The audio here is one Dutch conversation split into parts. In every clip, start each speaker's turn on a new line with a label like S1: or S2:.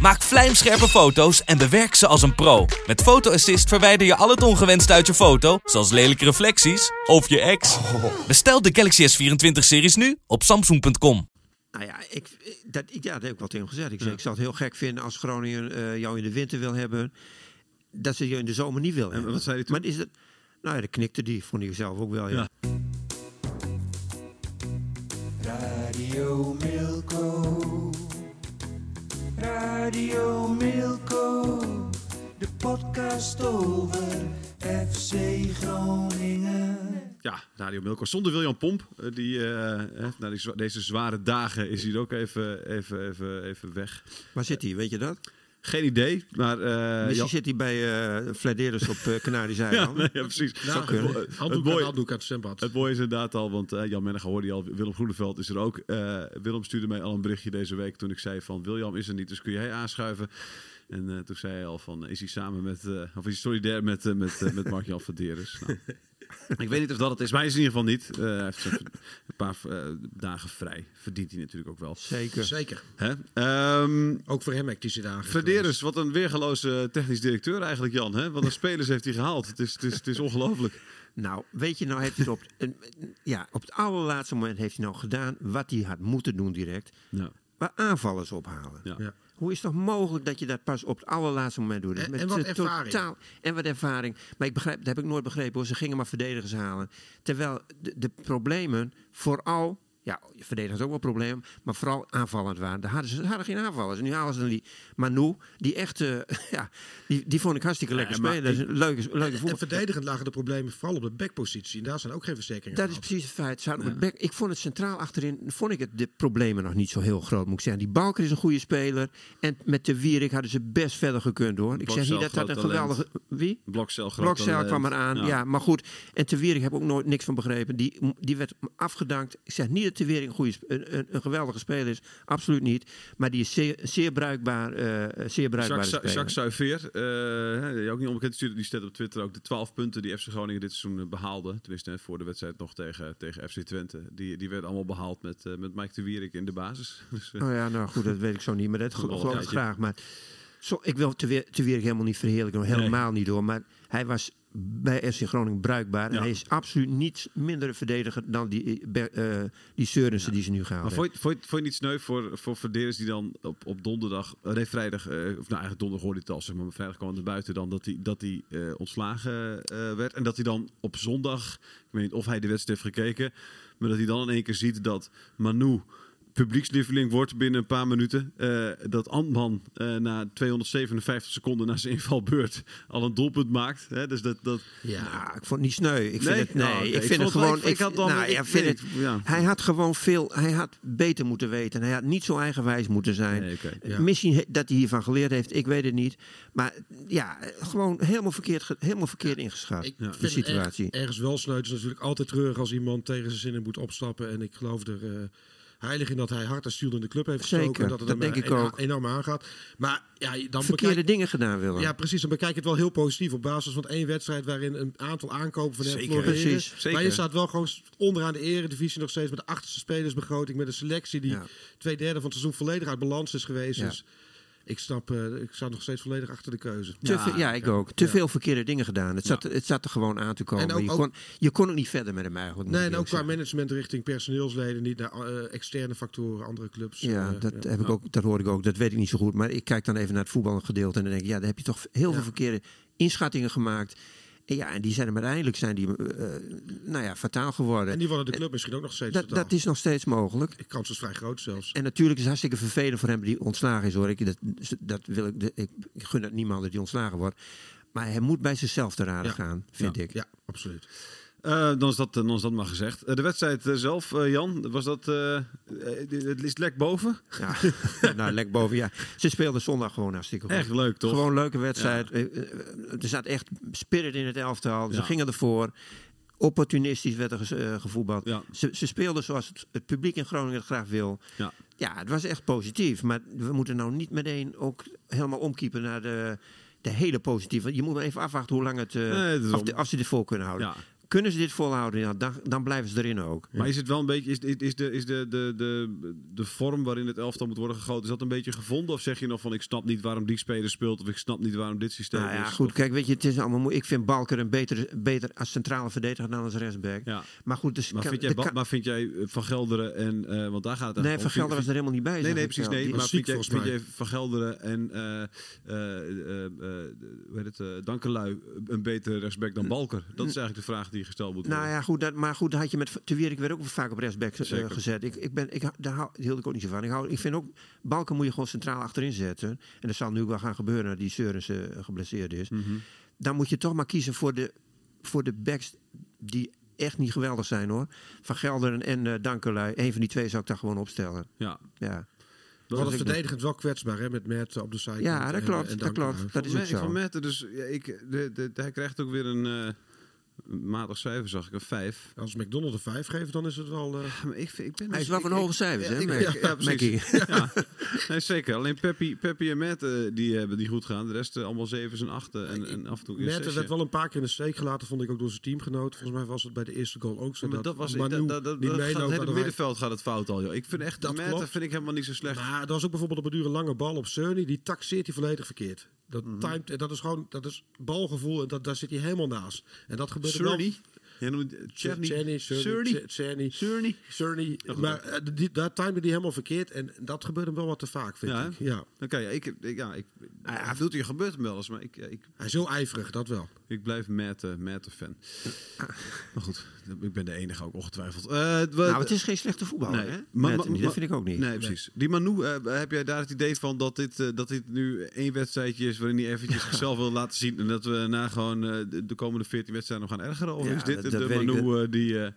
S1: Maak vlijmscherpe foto's en bewerk ze als een pro. Met Photo Assist verwijder je al het ongewenst uit je foto, zoals lelijke reflecties of je ex. Bestel de Galaxy S24-series nu op samsung.com.
S2: Nou ja, ik, ik- dat, ik, ja, daar heb ik wat in gezegd. Ik, zei, ik zou het heel gek vinden als Groningen eh, jou in de winter wil hebben. Dat ze jou in de zomer niet wil hebben.
S3: wat zei hij toen?
S2: Maar is het, nou ja, dat knikte die, vond ik zelf ook wel. Ja.
S3: Ja.
S4: Radio Milko. Radio Milko. De podcast over FC Groningen.
S3: Ja, Radio Milko. Zonder William Pomp, eh, die, eh, hè, na die zwa- deze zware dagen is hij ook even, even, even, even weg.
S2: Waar zit hij, weet je dat?
S3: Geen idee, maar... eh,
S2: Misschien
S3: Jan-
S2: zit hij bij eh fladeerders op eh Canarische
S3: ja,
S2: eilanden.
S3: nee, ja, precies.
S5: Ja,
S3: Het mo-
S5: handdoek,
S3: het,
S5: aan,
S3: mooie,
S5: handdoek uit het zwembad.
S3: het mooie is inderdaad al, want eh, Jan Mennega hoorde je al, Willem Groeneveld is er ook. Eh, Willem stuurde mij al een berichtje deze week toen ik zei van... William is er niet, dus kun jij aanschuiven? En eh, toen zei hij al van, is hij samen met... eh, of is hij solidair met, eh, met, eh, met Mark-Jan Verderes? Nou, ik weet niet of dat het is, maar hij is in ieder geval niet. Eh, hij heeft zijn- een paar eh, dagen vrij. Verdient hij natuurlijk ook wel.
S2: Zeker.
S5: Zeker.
S3: Hè? Ehm,
S5: Ook voor hem actieve dagen.
S3: Verderes, wat een weergeloze technisch directeur eigenlijk, Jan. Hè? Wat een spelers heeft hij gehaald. Het is, het is, het is ongelooflijk.
S2: Nou, weet je, nou heeft hij het op, en, ja, op het allerlaatste moment heeft hij nou gedaan wat hij had moeten doen direct.
S3: Ja.
S2: Maar aanvallers ophalen.
S3: Ja.
S5: Ja.
S2: Hoe is het nog mogelijk dat je dat pas op het allerlaatste moment doet?
S5: En- en wat
S2: een
S5: ervaring.
S2: en wat ervaring. Maar ik begrijp, dat heb ik nooit begrepen hoor. Ze gingen maar verdedigers halen. Terwijl de, de problemen vooral... Ja, verdedigers ook wel problemen, maar vooral aanvallend waren. Daar hadden ze ze hadden geen aanvallers. En nu halen ze dan die Manu, die echt... eh, ja, die, die vond ik hartstikke lekker
S3: Ja, maar
S2: spelen. Dat is een leuke, leuke
S5: En
S2: voetbal.
S5: verdedigend lagen de problemen vooral op de backpositie. En daar zijn ook geen verzekeringen
S2: Dat is
S5: gehaald.
S2: precies het feit. Ze hadden met Beck- ik vond het centraal achterin, vond ik het de problemen nog niet zo heel groot, moet ik zeggen. Die Balker is een goede speler. En met de Wierik hadden ze best verder gekund, hoor. Ik zeg
S3: Blokzijl,
S2: niet dat dat
S3: groot
S2: een
S3: talent.
S2: geweldige... Wie?
S3: Blokcel, eh, groot
S2: Blokzeil
S3: talent.
S2: kwam eraan, ja. Maar goed, en Te Wierik heb ik ook nooit niks van begrepen. Die, die werd afgedankt. Ik zeg niet dat Te Wierik een, goede, sp- een, een, een geweldige speler is. Absoluut niet. Maar die is zeer, zeer bruikbaar, eh zeer bruikbare
S3: Jacques, Su-
S2: speler.
S3: Jacques Suiveer, eh, hè, die ook niet onbekend, stuurde- die stelde op Twitter ook de 12 punten die FC Groningen dit seizoen eh, behaalde. Tenminste, net voor de wedstrijd nog tegen, tegen FC Twente. Die, die werden allemaal behaald met, eh, met Mike de Wierik in de basis. Dus, eh,
S2: Nou ja, nou goed, dat weet ik zo niet, maar dat gel-
S3: wel een
S2: geloof ik
S3: tijdje.
S2: graag. Maar zo, ik wil te weer, te weer helemaal niet verheerlijken, helemaal niet hoor. Maar hij was bij FC Groningen bruikbaar. En
S3: Ja.
S2: hij is absoluut niet minder verdediger dan die, eh, Ber- eh, die Seurensen die ze nu gaan.
S3: Maar vond je, vond, je, vond je niet sneu voor, voor Verderes die dan op, op donderdag, eh, nee vrijdag, eh, of nou eigenlijk donderdag hoorde hij het al, zeg maar, maar vrijdag kwam het naar buiten dan, dat hij, dat hij eh, ontslagen eh, werd. En dat hij dan op zondag, ik weet niet of hij de wedstrijd heeft gekeken, maar dat hij dan in één keer ziet dat Manu publiekslieveling wordt binnen een paar minuten. eh, dat Antman eh, na 257 seconden na zijn invalbeurt al een doelpunt maakt. Hè? Dus dat, dat,
S5: Ja.
S2: ik vond het niet sneu. Ik vind
S3: Nee?
S2: het, nee,
S3: Nou, oké,
S2: ik
S3: ik
S2: vind het
S3: vond wel-
S2: gewoon.
S3: ik- ik had dan-
S2: nou,
S3: ik-
S2: ja, vind
S3: nee,
S2: het,
S3: ja.
S2: Hij had gewoon veel. Hij had beter moeten weten. Hij had niet zo eigenwijs moeten zijn.
S3: Nee, oké,
S5: ja.
S2: Misschien he- dat hij hiervan geleerd heeft. Ik weet het niet. Maar ja, gewoon helemaal verkeerd, ge- helemaal verkeerd ingeschat.
S5: Ik vind
S2: de
S5: het
S2: situatie.
S5: erg- ergens wel sneu. Het is natuurlijk altijd treurig als iemand tegen zijn zinnen moet opstappen. En ik geloof er eh, heilig in dat hij hard en stuur in de club heeft gestoken.
S2: Zeker,
S5: en dat het
S2: dat
S5: hem eh,
S2: denk ik
S5: ena-
S2: ook.
S5: enorm aangaat. Maar ja, dan
S2: verkeerde
S5: bekijk-
S2: dingen gedaan willen.
S5: Ja, precies. Dan bekijk je het wel heel positief op basis van één wedstrijd waarin een aantal aankopen van hem
S3: Zeker.
S5: floreren.
S2: Precies.
S3: Zeker.
S5: Maar je staat wel gewoon onderaan de eredivisie nog steeds met de achtste spelersbegroting, met een selectie die
S2: Ja.
S5: twee derde van het seizoen volledig uit balans is geweest.
S2: Ja.
S5: Dus ik snap, eh, ik sta nog steeds volledig achter de keuze.
S2: Te ve- ja, ik ook. Te veel verkeerde dingen gedaan. Het zat, het zat er gewoon aan te komen.
S5: En ook-
S2: je,
S5: ook-
S2: kon, je kon ook niet verder met hem eigenlijk. moet
S5: Nee,
S2: ik
S5: en ook qua
S2: eerlijk
S5: management richting personeelsleden, niet naar eh, externe factoren, andere clubs.
S2: zeggen. Ja,
S5: eh,
S2: dat, Heb ik ook, dat hoor ik ook. Dat weet ik niet zo goed. Maar ik kijk dan even naar het voetbalgedeelte. En dan denk ik, ja, daar heb je toch heel veel verkeerde inschattingen gemaakt. En ja, en die zijn hem uiteindelijk zijn die, eh, nou ja, fataal geworden.
S5: En die wonnen de club misschien ook nog steeds.
S2: Eh, dat,
S5: totaal.
S2: dat is nog steeds mogelijk.
S5: De kans is vrij groot zelfs.
S2: En natuurlijk is het hartstikke vervelend voor hem die ontslagen is hoor. Ik, dat, dat wil ik, ik gun het niemand dat hij ontslagen wordt. Maar hij moet bij zichzelf te raden
S5: Ja.
S2: gaan, vind
S5: ja.
S2: ik.
S5: Ja, absoluut.
S3: Eh, dan, is dat, dan is dat maar gezegd. Eh, de wedstrijd eh, zelf, eh, Jan, was dat... eh, eh, het is lek boven?
S2: Ja. nou, lek boven. Ja. Ze speelden zondag gewoon hartstikke goed.
S3: Echt leuk, toch?
S2: Gewoon een leuke wedstrijd. Eh, eh, Er zat echt spirit in het elftal. Ze
S3: Ja.
S2: gingen ervoor. Opportunistisch werd er ges- eh, gevoetbald.
S3: Ja.
S2: Ze, ze speelden zoals het, het publiek in Groningen het graag wil.
S3: Ja.
S2: Ja, het was echt positief. Maar we moeten nou niet meteen ook helemaal omkiepen naar de, de hele positieve. Je moet maar even afwachten hoe lang het... eh,
S3: Nee, dat is
S2: of,
S3: om-
S2: de- of ze dit vol kunnen houden.
S3: Ja.
S2: Kunnen ze dit volhouden, ja, dan, dan blijven ze erin ook.
S3: Maar is het wel een beetje, is, is- is, de, is de, de, de, de vorm waarin het elftal moet worden gegoten, is dat een beetje gevonden? Of zeg je nog van ik snap niet waarom die speler speelt, of ik snap niet waarom dit systeem
S2: Nou ja,
S3: is?
S2: goed. Kijk, weet je, het is allemaal moe. Ik vind Balker een beter, beter als centrale verdediger dan als rechtsback.
S3: Ja.
S2: Maar goed, dus
S3: Maar,
S2: kan-
S3: vind jij,
S2: de
S3: Ba-
S2: kan-
S3: maar vind jij eh, Van Gelderen en... eh, want daar gaat het
S2: nee,
S3: eigenlijk
S2: Van
S3: om.
S2: Gelder was er helemaal niet bij.
S3: Nee,
S2: zeg
S3: nee,
S2: ik
S3: precies.
S2: wel.
S3: Nee,
S2: Die-
S3: maar
S5: was
S3: vind
S5: ziek
S3: jij,
S5: volgens
S3: vind jij Van Gelderen en eh, eh, eh, eh, hoe heet het, eh, Dankelui een betere rechtsback dan Balker? Dat is eigenlijk de vraag die gesteld moet worden.
S2: nou ja, goed, dat, maar goed, daar had je met Te Wierik werd ook vaak op rechtsback eh,
S3: Zeker.
S2: gezet. Ik, ik ben, ik, hou- daar hou, hield ik ook niet zo van. Ik, hou, ik vind ook, Balken moet je gewoon centraal achterin zetten. En dat zal nu ook wel gaan gebeuren nadat die Seurensen eh, geblesseerd is.
S3: Mhm.
S2: Dan moet je toch maar kiezen voor de, voor de backs die echt niet geweldig zijn hoor. Van Gelderen en eh Dankelui. Eén van die twee zou ik daar gewoon opstellen.
S3: ja.
S2: Ja.
S5: We hadden
S2: ik doe.
S5: verdedigend wel kwetsbaar hè, met Mert op de zijkant.
S2: Ja, dat
S5: en- eh,
S3: eh,
S2: klopt, dat
S5: en Dankelaar.
S2: klopt. Dat is ook
S3: Volgens mij-
S2: zo.
S3: Van Metten, dus ja, ik, de, de, hij krijgt ook weer een eh, een matig cijfer, zag ik, een 5.
S5: Als McDonald's een 5 geeft, dan is het wel... eh,
S3: Ja, maar ik, vind- ik ben
S2: Hij is
S3: dus-
S2: wel van
S3: ik-
S2: hoge
S3: ik-
S2: cijfers, hè?
S3: ik-
S2: Mac?
S3: ja, ja, precies.
S2: Mackie.
S3: Ja. Nee, zeker. Alleen Peppy, Peppy en Matt, eh, die hebben die goed gaan. De rest eh, allemaal zevens en achten. eh, En, en af en toe een
S5: Mert
S3: zesje.
S5: werd wel een paar keer in de steek gelaten, vond ik ook door zijn teamgenoot. Volgens mij was het bij de eerste goal ook zo.
S3: Ja, maar dat was dat,
S5: Manu
S3: dat, dat,
S5: niet
S3: dat gaat, het
S5: meeloopt,
S3: hele
S5: waardoor hij-
S3: middenveld gaat het fout al, joh. Ik vind echt
S5: Dat
S3: dat
S5: klopt.
S3: vind ik helemaal niet zo slecht.
S5: Maar er was ook bijvoorbeeld op een dure lange bal op Cerny. Die taxeert hij volledig verkeerd. Dat,
S3: Mhm.
S5: timed, en dat is gewoon dat is balgevoel en dat, daar zit hij helemaal naast. En dat gebeurt wel.
S3: Surny, jij noemt Cherny,
S5: Cerny, Cerny,
S3: Surny,
S5: Cerny.
S3: Surny.
S5: Cerny. Maar eh, die, daar timde hij helemaal verkeerd. En dat gebeurt hem wel wat te vaak, vind
S3: Ja,
S5: ik. Ja.
S3: Oké, ja, ik, ik- ja, ik,
S2: Ah,
S3: hij doet hier gebeurt hem wel eens, maar ik, ja, ik,
S5: Hij is heel ijverig, dat wel.
S3: ik blijf Matt, eh, Matt een fan. Maar goed, ik ben de enige ook ongetwijfeld. Eh, wat-
S2: Nou, het is geen slechte voetballer, hè?
S3: Nee, maar-
S2: Net
S3: maar-
S2: niet,
S3: maar-
S2: dat vind ik ook niet.
S3: Nee, precies. Die Manu, eh, heb jij daar het idee van dat dit, eh, dat dit nu één wedstrijdje is waarin hij eventjes zichzelf wil laten zien en dat we daarna gewoon eh, de, de komende 14 wedstrijden nog gaan ergeren? Of
S2: Ja,
S3: is dit
S2: dat-
S3: de,
S2: dat weet ik
S3: Manu eh, die... eh,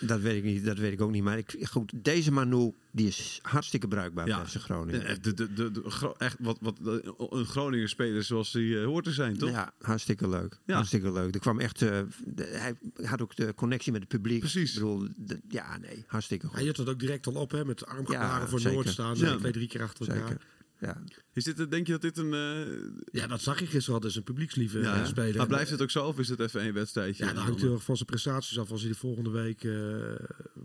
S2: Dat weet ik niet, dat weet ik ook niet. Maar ik, goed, deze Manu, die is hartstikke bruikbaar voor FC Groningen.
S3: Ja, echt, de, de, de, de Gro- echt wat, wat de- een Groninger speler zoals hij eh, hoort te zijn, toch?
S2: Ja, hartstikke leuk.
S3: Ja.
S2: Hartstikke leuk. Er kwam echt, eh, de- hij had ook de connectie met het publiek.
S3: Precies.
S2: Ik bedoel, de- ja, nee, hartstikke goed.
S5: Hij hield dat ook direct al op, hè, met de armgebaren
S2: Ja,
S5: voor
S2: zeker.
S5: Noord staan.
S3: Ja.
S5: Ja. Twee, drie keer achter elkaar.
S2: Zeker. Ja.
S3: Is dit, eh, denk je dat dit een... eh,
S5: Ja, dat zag je gisteren al. Dat is een publiekslieve
S3: ja,
S5: eh, speler.
S3: Maar blijft het ook zo of is het even één wedstrijdje? eh,
S5: Ja, dat hangt heel erg van zijn prestaties af. Als hij de volgende week eh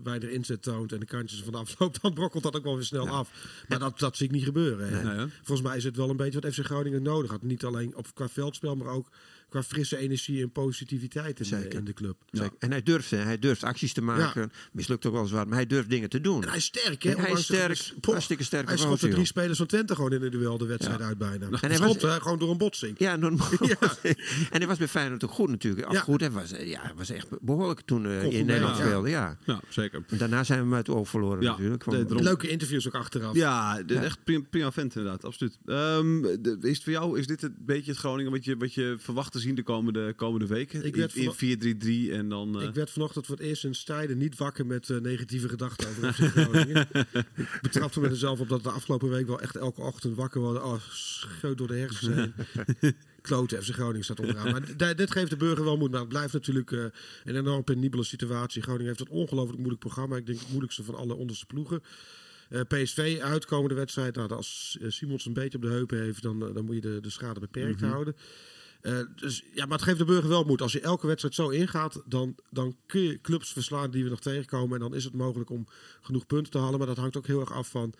S5: weinig inzet toont en de kantjes van de afloop, dan brokkelt dat ook wel weer snel af. Maar dat, dat zie ik niet gebeuren. hè.
S3: Nee, hè?
S5: Volgens mij is het wel een beetje wat FC Groningen nodig had. Niet alleen op, qua veldspel, maar ook qua frisse energie en positiviteit in, de,
S2: Zeker.
S5: in de club.
S2: Zeker. En hij durft, hè. hij durft acties te maken. Mislukt ook wel eens wat, maar hij durft dingen te doen.
S5: En hij is sterk, hè?
S2: Hij is
S5: Ondanks de
S2: sterk.
S5: gemis- Poh,
S2: Hartstikke sterke
S5: Hij schopte
S2: gozer,
S5: drie
S2: joh.
S5: spelers van Twente gewoon in de duel de wedstrijd uit bijna. En hij
S2: hij was-
S5: schopte hè, gewoon door een botsing.
S2: Ja, normaal. en hij was bij Feyenoord ook goed natuurlijk. Of
S5: Ja.
S2: goed, hij was, eh, ja, hij was echt behoorlijk toen eh,
S5: goed
S2: in Nederland
S5: mee, ja.
S2: speelde. Ja.
S3: Ja, nou, zeker.
S2: Daarna zijn we hem uit het oog verloren
S3: Ja,
S2: natuurlijk.
S3: nee, daarom.
S5: Leuke interviews ook achteraf.
S3: Ja, de- echt prima, prima vent inderdaad, absoluut. Ehm, de- is het voor jou, is dit een beetje het Groningen wat je, wat je verwacht te zien de komende, komende weken?
S5: Ik
S3: Ik
S5: werd
S3: in
S5: vano-
S3: 4-3-3 en dan... eh,
S5: Ik werd vanochtend voor het eerst in stijden niet wakker met eh, negatieve gedachten over FC Groningen. ik betrapte me er zelf op dat de afgelopen week wel echt elke ochtend wakker worden. Oh, scheut door de hersens heen. Klote FC Groningen staat onderaan. Maar di- dit geeft de burger wel moed. Maar het blijft natuurlijk eh, een enorm penibele situatie. Groningen heeft een ongelooflijk moeilijk programma. Ik denk het moeilijkste van alle onderste ploegen. Eh, PSV uitkomende wedstrijd. Nou, als eh, Simons een beetje op de heupen heeft, dan, eh, dan moet je de, de schade beperkt houden. Eh, dus, ja, maar het geeft de burger wel moed. Als je elke wedstrijd zo ingaat, dan, dan kun je clubs verslaan die we nog tegenkomen. En dan is het mogelijk om genoeg punten te halen. Maar dat hangt ook heel erg af van.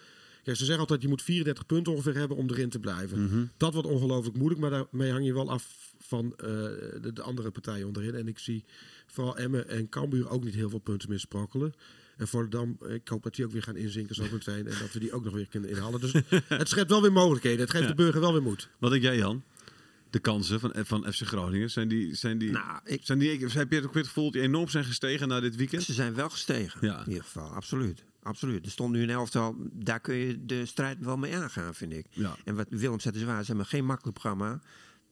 S5: Kijk, ze zeggen altijd, je moet 34 punten ongeveer hebben om erin te blijven.
S2: Mhm.
S5: Dat wordt ongelooflijk moeilijk, maar daarmee hang je wel af van eh, de, de andere partijen onderin. En ik zie vooral Emmen en Cambuur ook niet heel veel punten meer sprokkelen. En Volendam, eh, ik hoop dat die ook weer gaan inzinken zo meteen. En dat we die ook nog weer kunnen inhalen. Dus het schept wel weer mogelijkheden. Het geeft de burger wel weer moed.
S3: Wat denk jij, Jan? de kansen van, eh, van FC Groningen? Zijn die, zijn die,
S2: Nou, ik-
S3: zijn die, heb je het ook weer het gevoel dat die enorm zijn gestegen na dit weekend?
S2: Ze zijn wel gestegen,
S3: Ja.
S2: in ieder geval. Absoluut. Absoluut. Er stond nu een elftal, daar kun je de strijd wel mee aangaan, vind ik.
S3: Ja.
S2: En wat Willem zegt is waar, ze hebben geen makkelijk programma.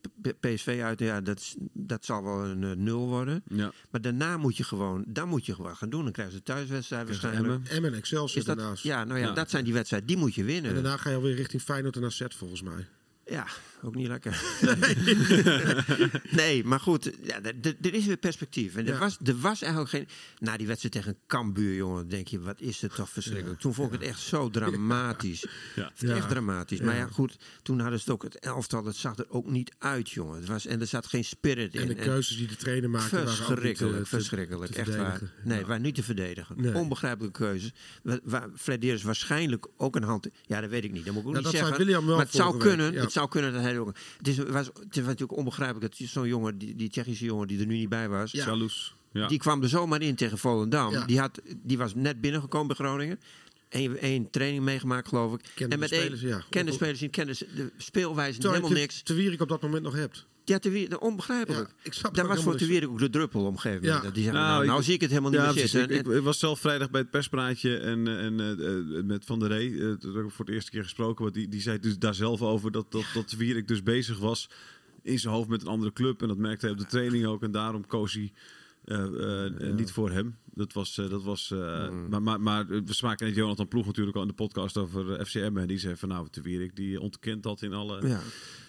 S2: P- P- PSV uit, ja, dat, is- dat zal wel een eh, nul worden.
S3: Ja.
S2: Maar daarna moet je gewoon, dan moet je gewoon gaan doen. Dan krijgen ze thuiswedstrijd waarschijnlijk.
S3: Emmen.
S5: Emmen en Excelsior
S2: Is dat,
S5: daarnaast.
S2: ja, nou ja,
S3: Ja.
S2: dat zijn die wedstrijden, die moet je winnen.
S5: En daarna ga je alweer richting Feyenoord en AZ volgens mij.
S2: Ja, ook niet lekker. nee, maar goed, ja, d- d- er is weer perspectief. En er,
S5: Ja.
S2: was, er was eigenlijk geen... Na die wedstrijd tegen Cambuur, jongen, denk je, wat is het toch verschrikkelijk. Toen vond ik het echt zo dramatisch.
S3: Ja.
S2: Het is Echt dramatisch. Maar ja, goed, toen hadden ze het ook het elftal. Dat zag er ook niet uit, jongen. Het was, en er zat geen spirit in.
S5: En de
S2: En-
S5: keuzes die de trainer maakte waren ook niet, eh,
S2: Verschrikkelijk,
S5: te-
S2: verschrikkelijk.
S5: te
S2: echt waar.
S5: verdedigen.
S2: Nee, waar niet te verdedigen.
S5: Nee.
S2: Onbegrijpelijke keuzes. Wa- Waar Fred Deers waarschijnlijk ook een hand... Ja, dat weet ik niet. Dat moet ik ook
S5: Ja,
S2: niet
S5: dat zei
S2: zeggen.
S5: William wel
S2: maar het zou,
S5: vorige week,
S2: kunnen,
S5: ja.
S2: het zou kunnen dat hij er ook... Het, is, was, het was natuurlijk onbegrijpelijk dat zo'n jongen, die, die Tsjechische jongen die er nu niet bij was...
S5: Ja.
S3: Jaloers. Dus, Ja.
S2: Die kwam er zomaar in tegen Volendam.
S5: Ja.
S2: Die, had, die was net binnengekomen bij Groningen. Eén één training meegemaakt, geloof ik.
S5: Kende
S2: en
S5: de
S2: met één-
S5: spelers, ja.
S2: kende de spelers, niet, kende ze- de speelwijze,
S5: Terwijl je
S2: helemaal
S5: te-
S2: niks.
S5: Te Wierik op dat moment nog hebt.
S2: Ja, te Wier- onbegrijpelijk.
S5: Ja, ik snap het
S2: dat
S5: ook
S2: was voor
S5: helemaal
S2: te Wierik ook de druppel op een gegeven moment.
S5: Ja.
S2: Dat die zei, nou,
S3: ik-
S2: nou zie ik het helemaal niet
S3: ja,
S2: meer
S3: precies.
S2: zitten.
S3: Ik,
S2: En-
S3: ik was zelf vrijdag bij het perspraatje en, eh, en eh, eh, met Van der Ree, eh, dat heb ik voor het eerste keer gesproken, want die, die zei dus daar zelf over dat, dat, dat Wierik dus bezig was in zijn hoofd met een andere club. En dat merkte hij op de training ook en daarom koos hij eh, eh, eh, niet voor hem. Dat was, eh, dat was, eh,
S2: Hmm.
S3: maar, maar, maar we spraken net Jonathan Ploeg natuurlijk al in de podcast over eh, FCM en die zei van nou, de Wierik die ontkent dat in alle...
S2: ja.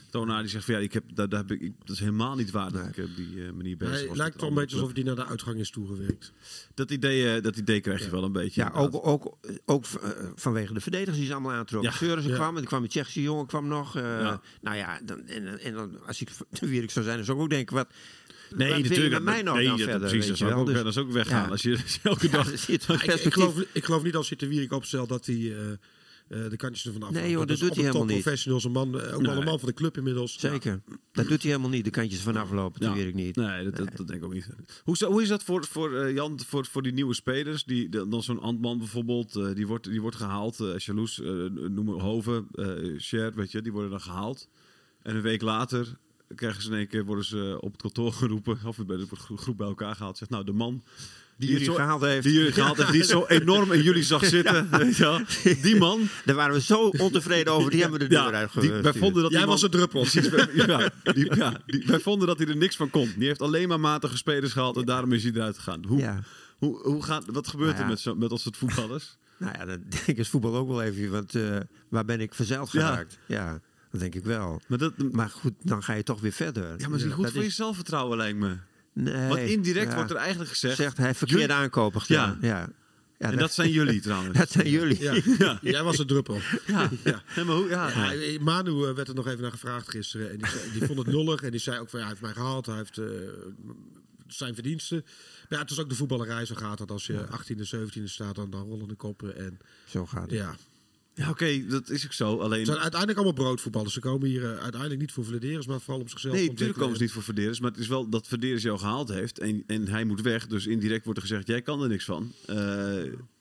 S3: Tonaar die zegt van ja, ik heb, daar, daar heb ik, ik- dat is helemaal niet waar dat ik op die eh, manier bezig was.
S5: Hij
S3: met
S5: lijkt
S3: een
S5: toch een
S3: andere
S5: beetje alsof
S3: club.
S5: hij naar de uitgang is toegewerkt.
S3: Dat idee, eh, dat idee krijg je wel een beetje.
S2: ja,
S3: inderdaad.
S2: ook, ook, ook eh, vanwege de verdedigers die ze allemaal aantrokken.
S3: Ja.
S2: Seurissen
S5: Ja.
S2: kwam, en er kwam een Tsjechische jongen kwam nog. eh,
S3: Ja.
S2: Nou ja, dan, en, en dan, als ik te Wierik zou zijn, dan zou ik ook denken, wat,
S3: Nee,
S2: wat wil je
S3: natuurlijk.
S2: met mij nog
S3: nee,
S2: dan
S3: dat-
S2: verder?
S3: Precies,
S2: weet
S3: dat
S2: je
S3: zou ik
S2: wel?
S3: ook,
S2: Dus-
S3: dat is ook weggaan.
S2: Ja.
S3: Als je als je elke
S2: Ja,
S3: dag...
S2: dat is het
S5: Ik, ik,
S2: perspectief.
S5: geloof, ik geloof niet als je de Wierik opstelt dat hij eh, eh, de kantjes ervan af.
S2: joh, dat doet hij helemaal niet.
S5: Professionals, een man, eh, ook wel een man van de club inmiddels.
S2: Zeker. Dat doet hij helemaal niet, de kantjes vanaf lopen, te
S3: Ja.
S2: Wierik niet.
S3: Nee, dat, dat, dat denk ik ook niet. Hoe, zou- hoe is dat voor, voor eh, Jan, voor, voor die nieuwe spelers? Die, de- dan zo'n Antman bijvoorbeeld, eh, die, wordt, die wordt gehaald. eh Jaloes, eh, noem maar Hoven, eh Sher, weet je, die worden dan gehaald. En een week later krijgen ze in één keer, worden ze op het kantoor geroepen. Of bij de gro- groep bij elkaar gehaald. Zegt nou, de man... Die,
S2: jullie
S3: het zo-
S2: gehaald heeft.
S3: Die jullie gehaald heeft, die het zo enorm in jullie zag zitten. Weet je wel? Die man,
S2: Daar waren we zo ontevreden over, die hebben we de deur uit
S3: die- wij vonden dat die
S5: Jij
S3: man-
S5: was de druppel.
S3: Precies, wij- ja, die- ja, die- wij vonden dat hij er niks van kon. Die heeft alleen maar matige spelers gehaald en daarom is hij eruit gegaan. Hoe,
S2: Ja.
S3: hoe, hoe gaat, wat gebeurt
S2: Nou ja.
S3: er met, zo, met ons het voetballers?
S2: Nou ja, dat denk ik is voetbal ook wel even, want eh, waar ben ik verzeild
S3: Ja.
S2: geraakt? Ja. dat denk ik wel.
S3: Maar dat, ja,
S2: Maar goed, dan ga je toch weer verder.
S3: maar is niet goed voor je zelfvertrouwen lijkt me.
S2: Nee,
S3: Want indirect
S2: ja.
S3: wordt er eigenlijk gezegd...
S2: Zegt hij verkeerde
S3: jullie-
S2: aankopen gedaan. Ja.
S3: Ja.
S2: Ja.
S3: En dat zijn jullie trouwens.
S2: dat zijn jullie.
S5: Ja. Jij was de druppel.
S3: Ja. Ja, maar hoe, ja.
S5: Ja, eh, Manu eh, werd er nog even naar gevraagd gisteren. En die, zei- die vond het lullig. En die zei ook van, ja, hij heeft mij gehaald. Hij heeft eh, zijn verdiensten. Maar ja, het is ook de voetballerij zo gaat dat. Als je 18e, 17e staat, dan, dan rollen de koppen. En
S2: Zo gaat het.
S5: ja,
S3: Ja, oké, dat is ook zo. Alleen,
S5: het zijn uiteindelijk allemaal broodvoetballers. Ze komen hier eh, uiteindelijk niet voor vlederers, maar vooral om zichzelf
S3: Nee,
S5: te
S3: natuurlijk komen ze
S5: ontwikkelen.
S3: niet voor Verderes. Maar het is wel dat Verderes jou gehaald heeft. En, en hij moet weg. Dus indirect wordt er gezegd: jij kan er niks van. Eh,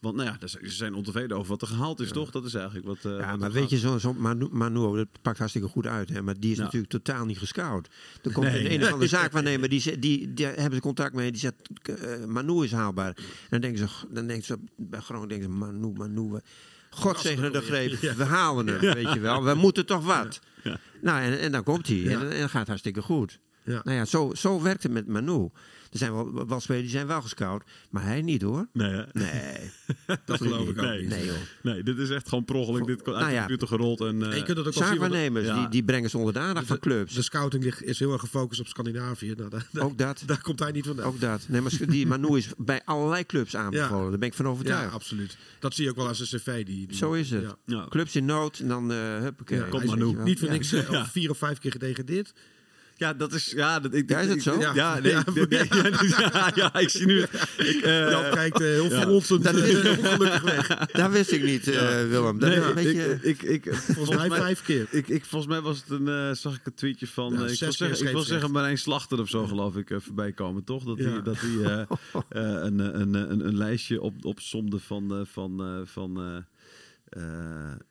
S3: want nou ja, daar zijn- ze zijn ontevreden over wat er gehaald is, toch? Dat is eigenlijk wat. eh,
S2: Ja,
S3: wat
S2: maar
S3: er
S2: weet
S3: gaat.
S2: je, zo'n zo, Manu, Manu, oh, dat pakt hartstikke goed uit. Hè, maar die is
S3: Ja.
S2: natuurlijk totaal niet gescout. Dan komt
S3: Nee.
S2: een een of andere zaakwaarnemer, die, ze- die, die hebben ze contact mee. Die zegt, k- eh, Manu is haalbaar. En dan denken ze, dan denken ze bij Groningen, denken ze, Manu, Manu. we- God zegene de greep, we halen hem, weet je wel. We moeten toch wat. Nou, en, en dan komt hij. En, en dan gaat het hartstikt goed.
S5: Ja.
S2: Nou ja, zo, zo werkt het met Manu. Er zijn wel, wel spelers die zijn wel gescout, maar hij niet hoor.
S3: Nee, hè?
S2: Nee,
S5: Dat geloof ik ook
S3: Nee.
S5: niet.
S2: nee joh.
S3: nee, dit is echt gewoon per ongeluk. Dit komt uit
S2: Nou ja.
S3: de computer gerold. En, eh,
S5: En je kunt dat ook wel zien, want
S2: Zaakwaarnemers,
S3: Ja.
S2: die, die brengen ze onderdanig van clubs.
S5: de scouting ligt- is heel erg gefocust op Scandinavië. Nou, daar, daar-
S2: Ook dat.
S5: Daar komt hij niet vandaan.
S2: Ook dat. Nee, maar die Manu is bij allerlei clubs aanbevolen. Daar ben ik van
S5: ja,
S2: overtuigd.
S5: absoluut. Dat zie je ook wel als een cv. Die, die-
S2: Zo is het.
S5: Ja.
S3: Ja.
S2: Clubs in nood en dan eh huppakee.
S5: Ja,
S3: Komt
S5: hij is
S3: Manu.
S5: Niet voor
S2: Ja.
S5: niks eh, al vier of vijf keer gedegradeerd.
S3: Ja, dat is. Ja, dat, ik,
S2: Ja, is dat
S3: ik-
S2: zo?
S3: Ja,
S5: Ja.
S3: nee,
S5: Ja.
S3: nee, nee, ja, ja, ja, ik zie nu. het. Ik, eh,
S5: Jan kijkt eh, heel verronsend
S2: Dat is-
S5: eh, ongelukkig weg.
S2: Dat wist ik niet, eh, Willem. Dat
S3: Nee,
S2: is een beetje...
S3: ik, ik, ik, volgens
S5: mij vijf keer.
S3: Ik, ik, volgens mij was het een, eh, zag ik een tweetje van,
S5: Ja,
S3: eh, ik
S5: zes
S3: wil
S5: keer
S3: zeggen, ik wil
S5: scheepsrecht.
S3: zeggen Marijn Slachter of zo geloof ik eh, voorbij komen, toch? Dat
S5: Ja.
S3: die, dat die eh, eh, een, eh, een, eh, een, een lijstje op, opzomde van, eh, van, eh, van eh, eh,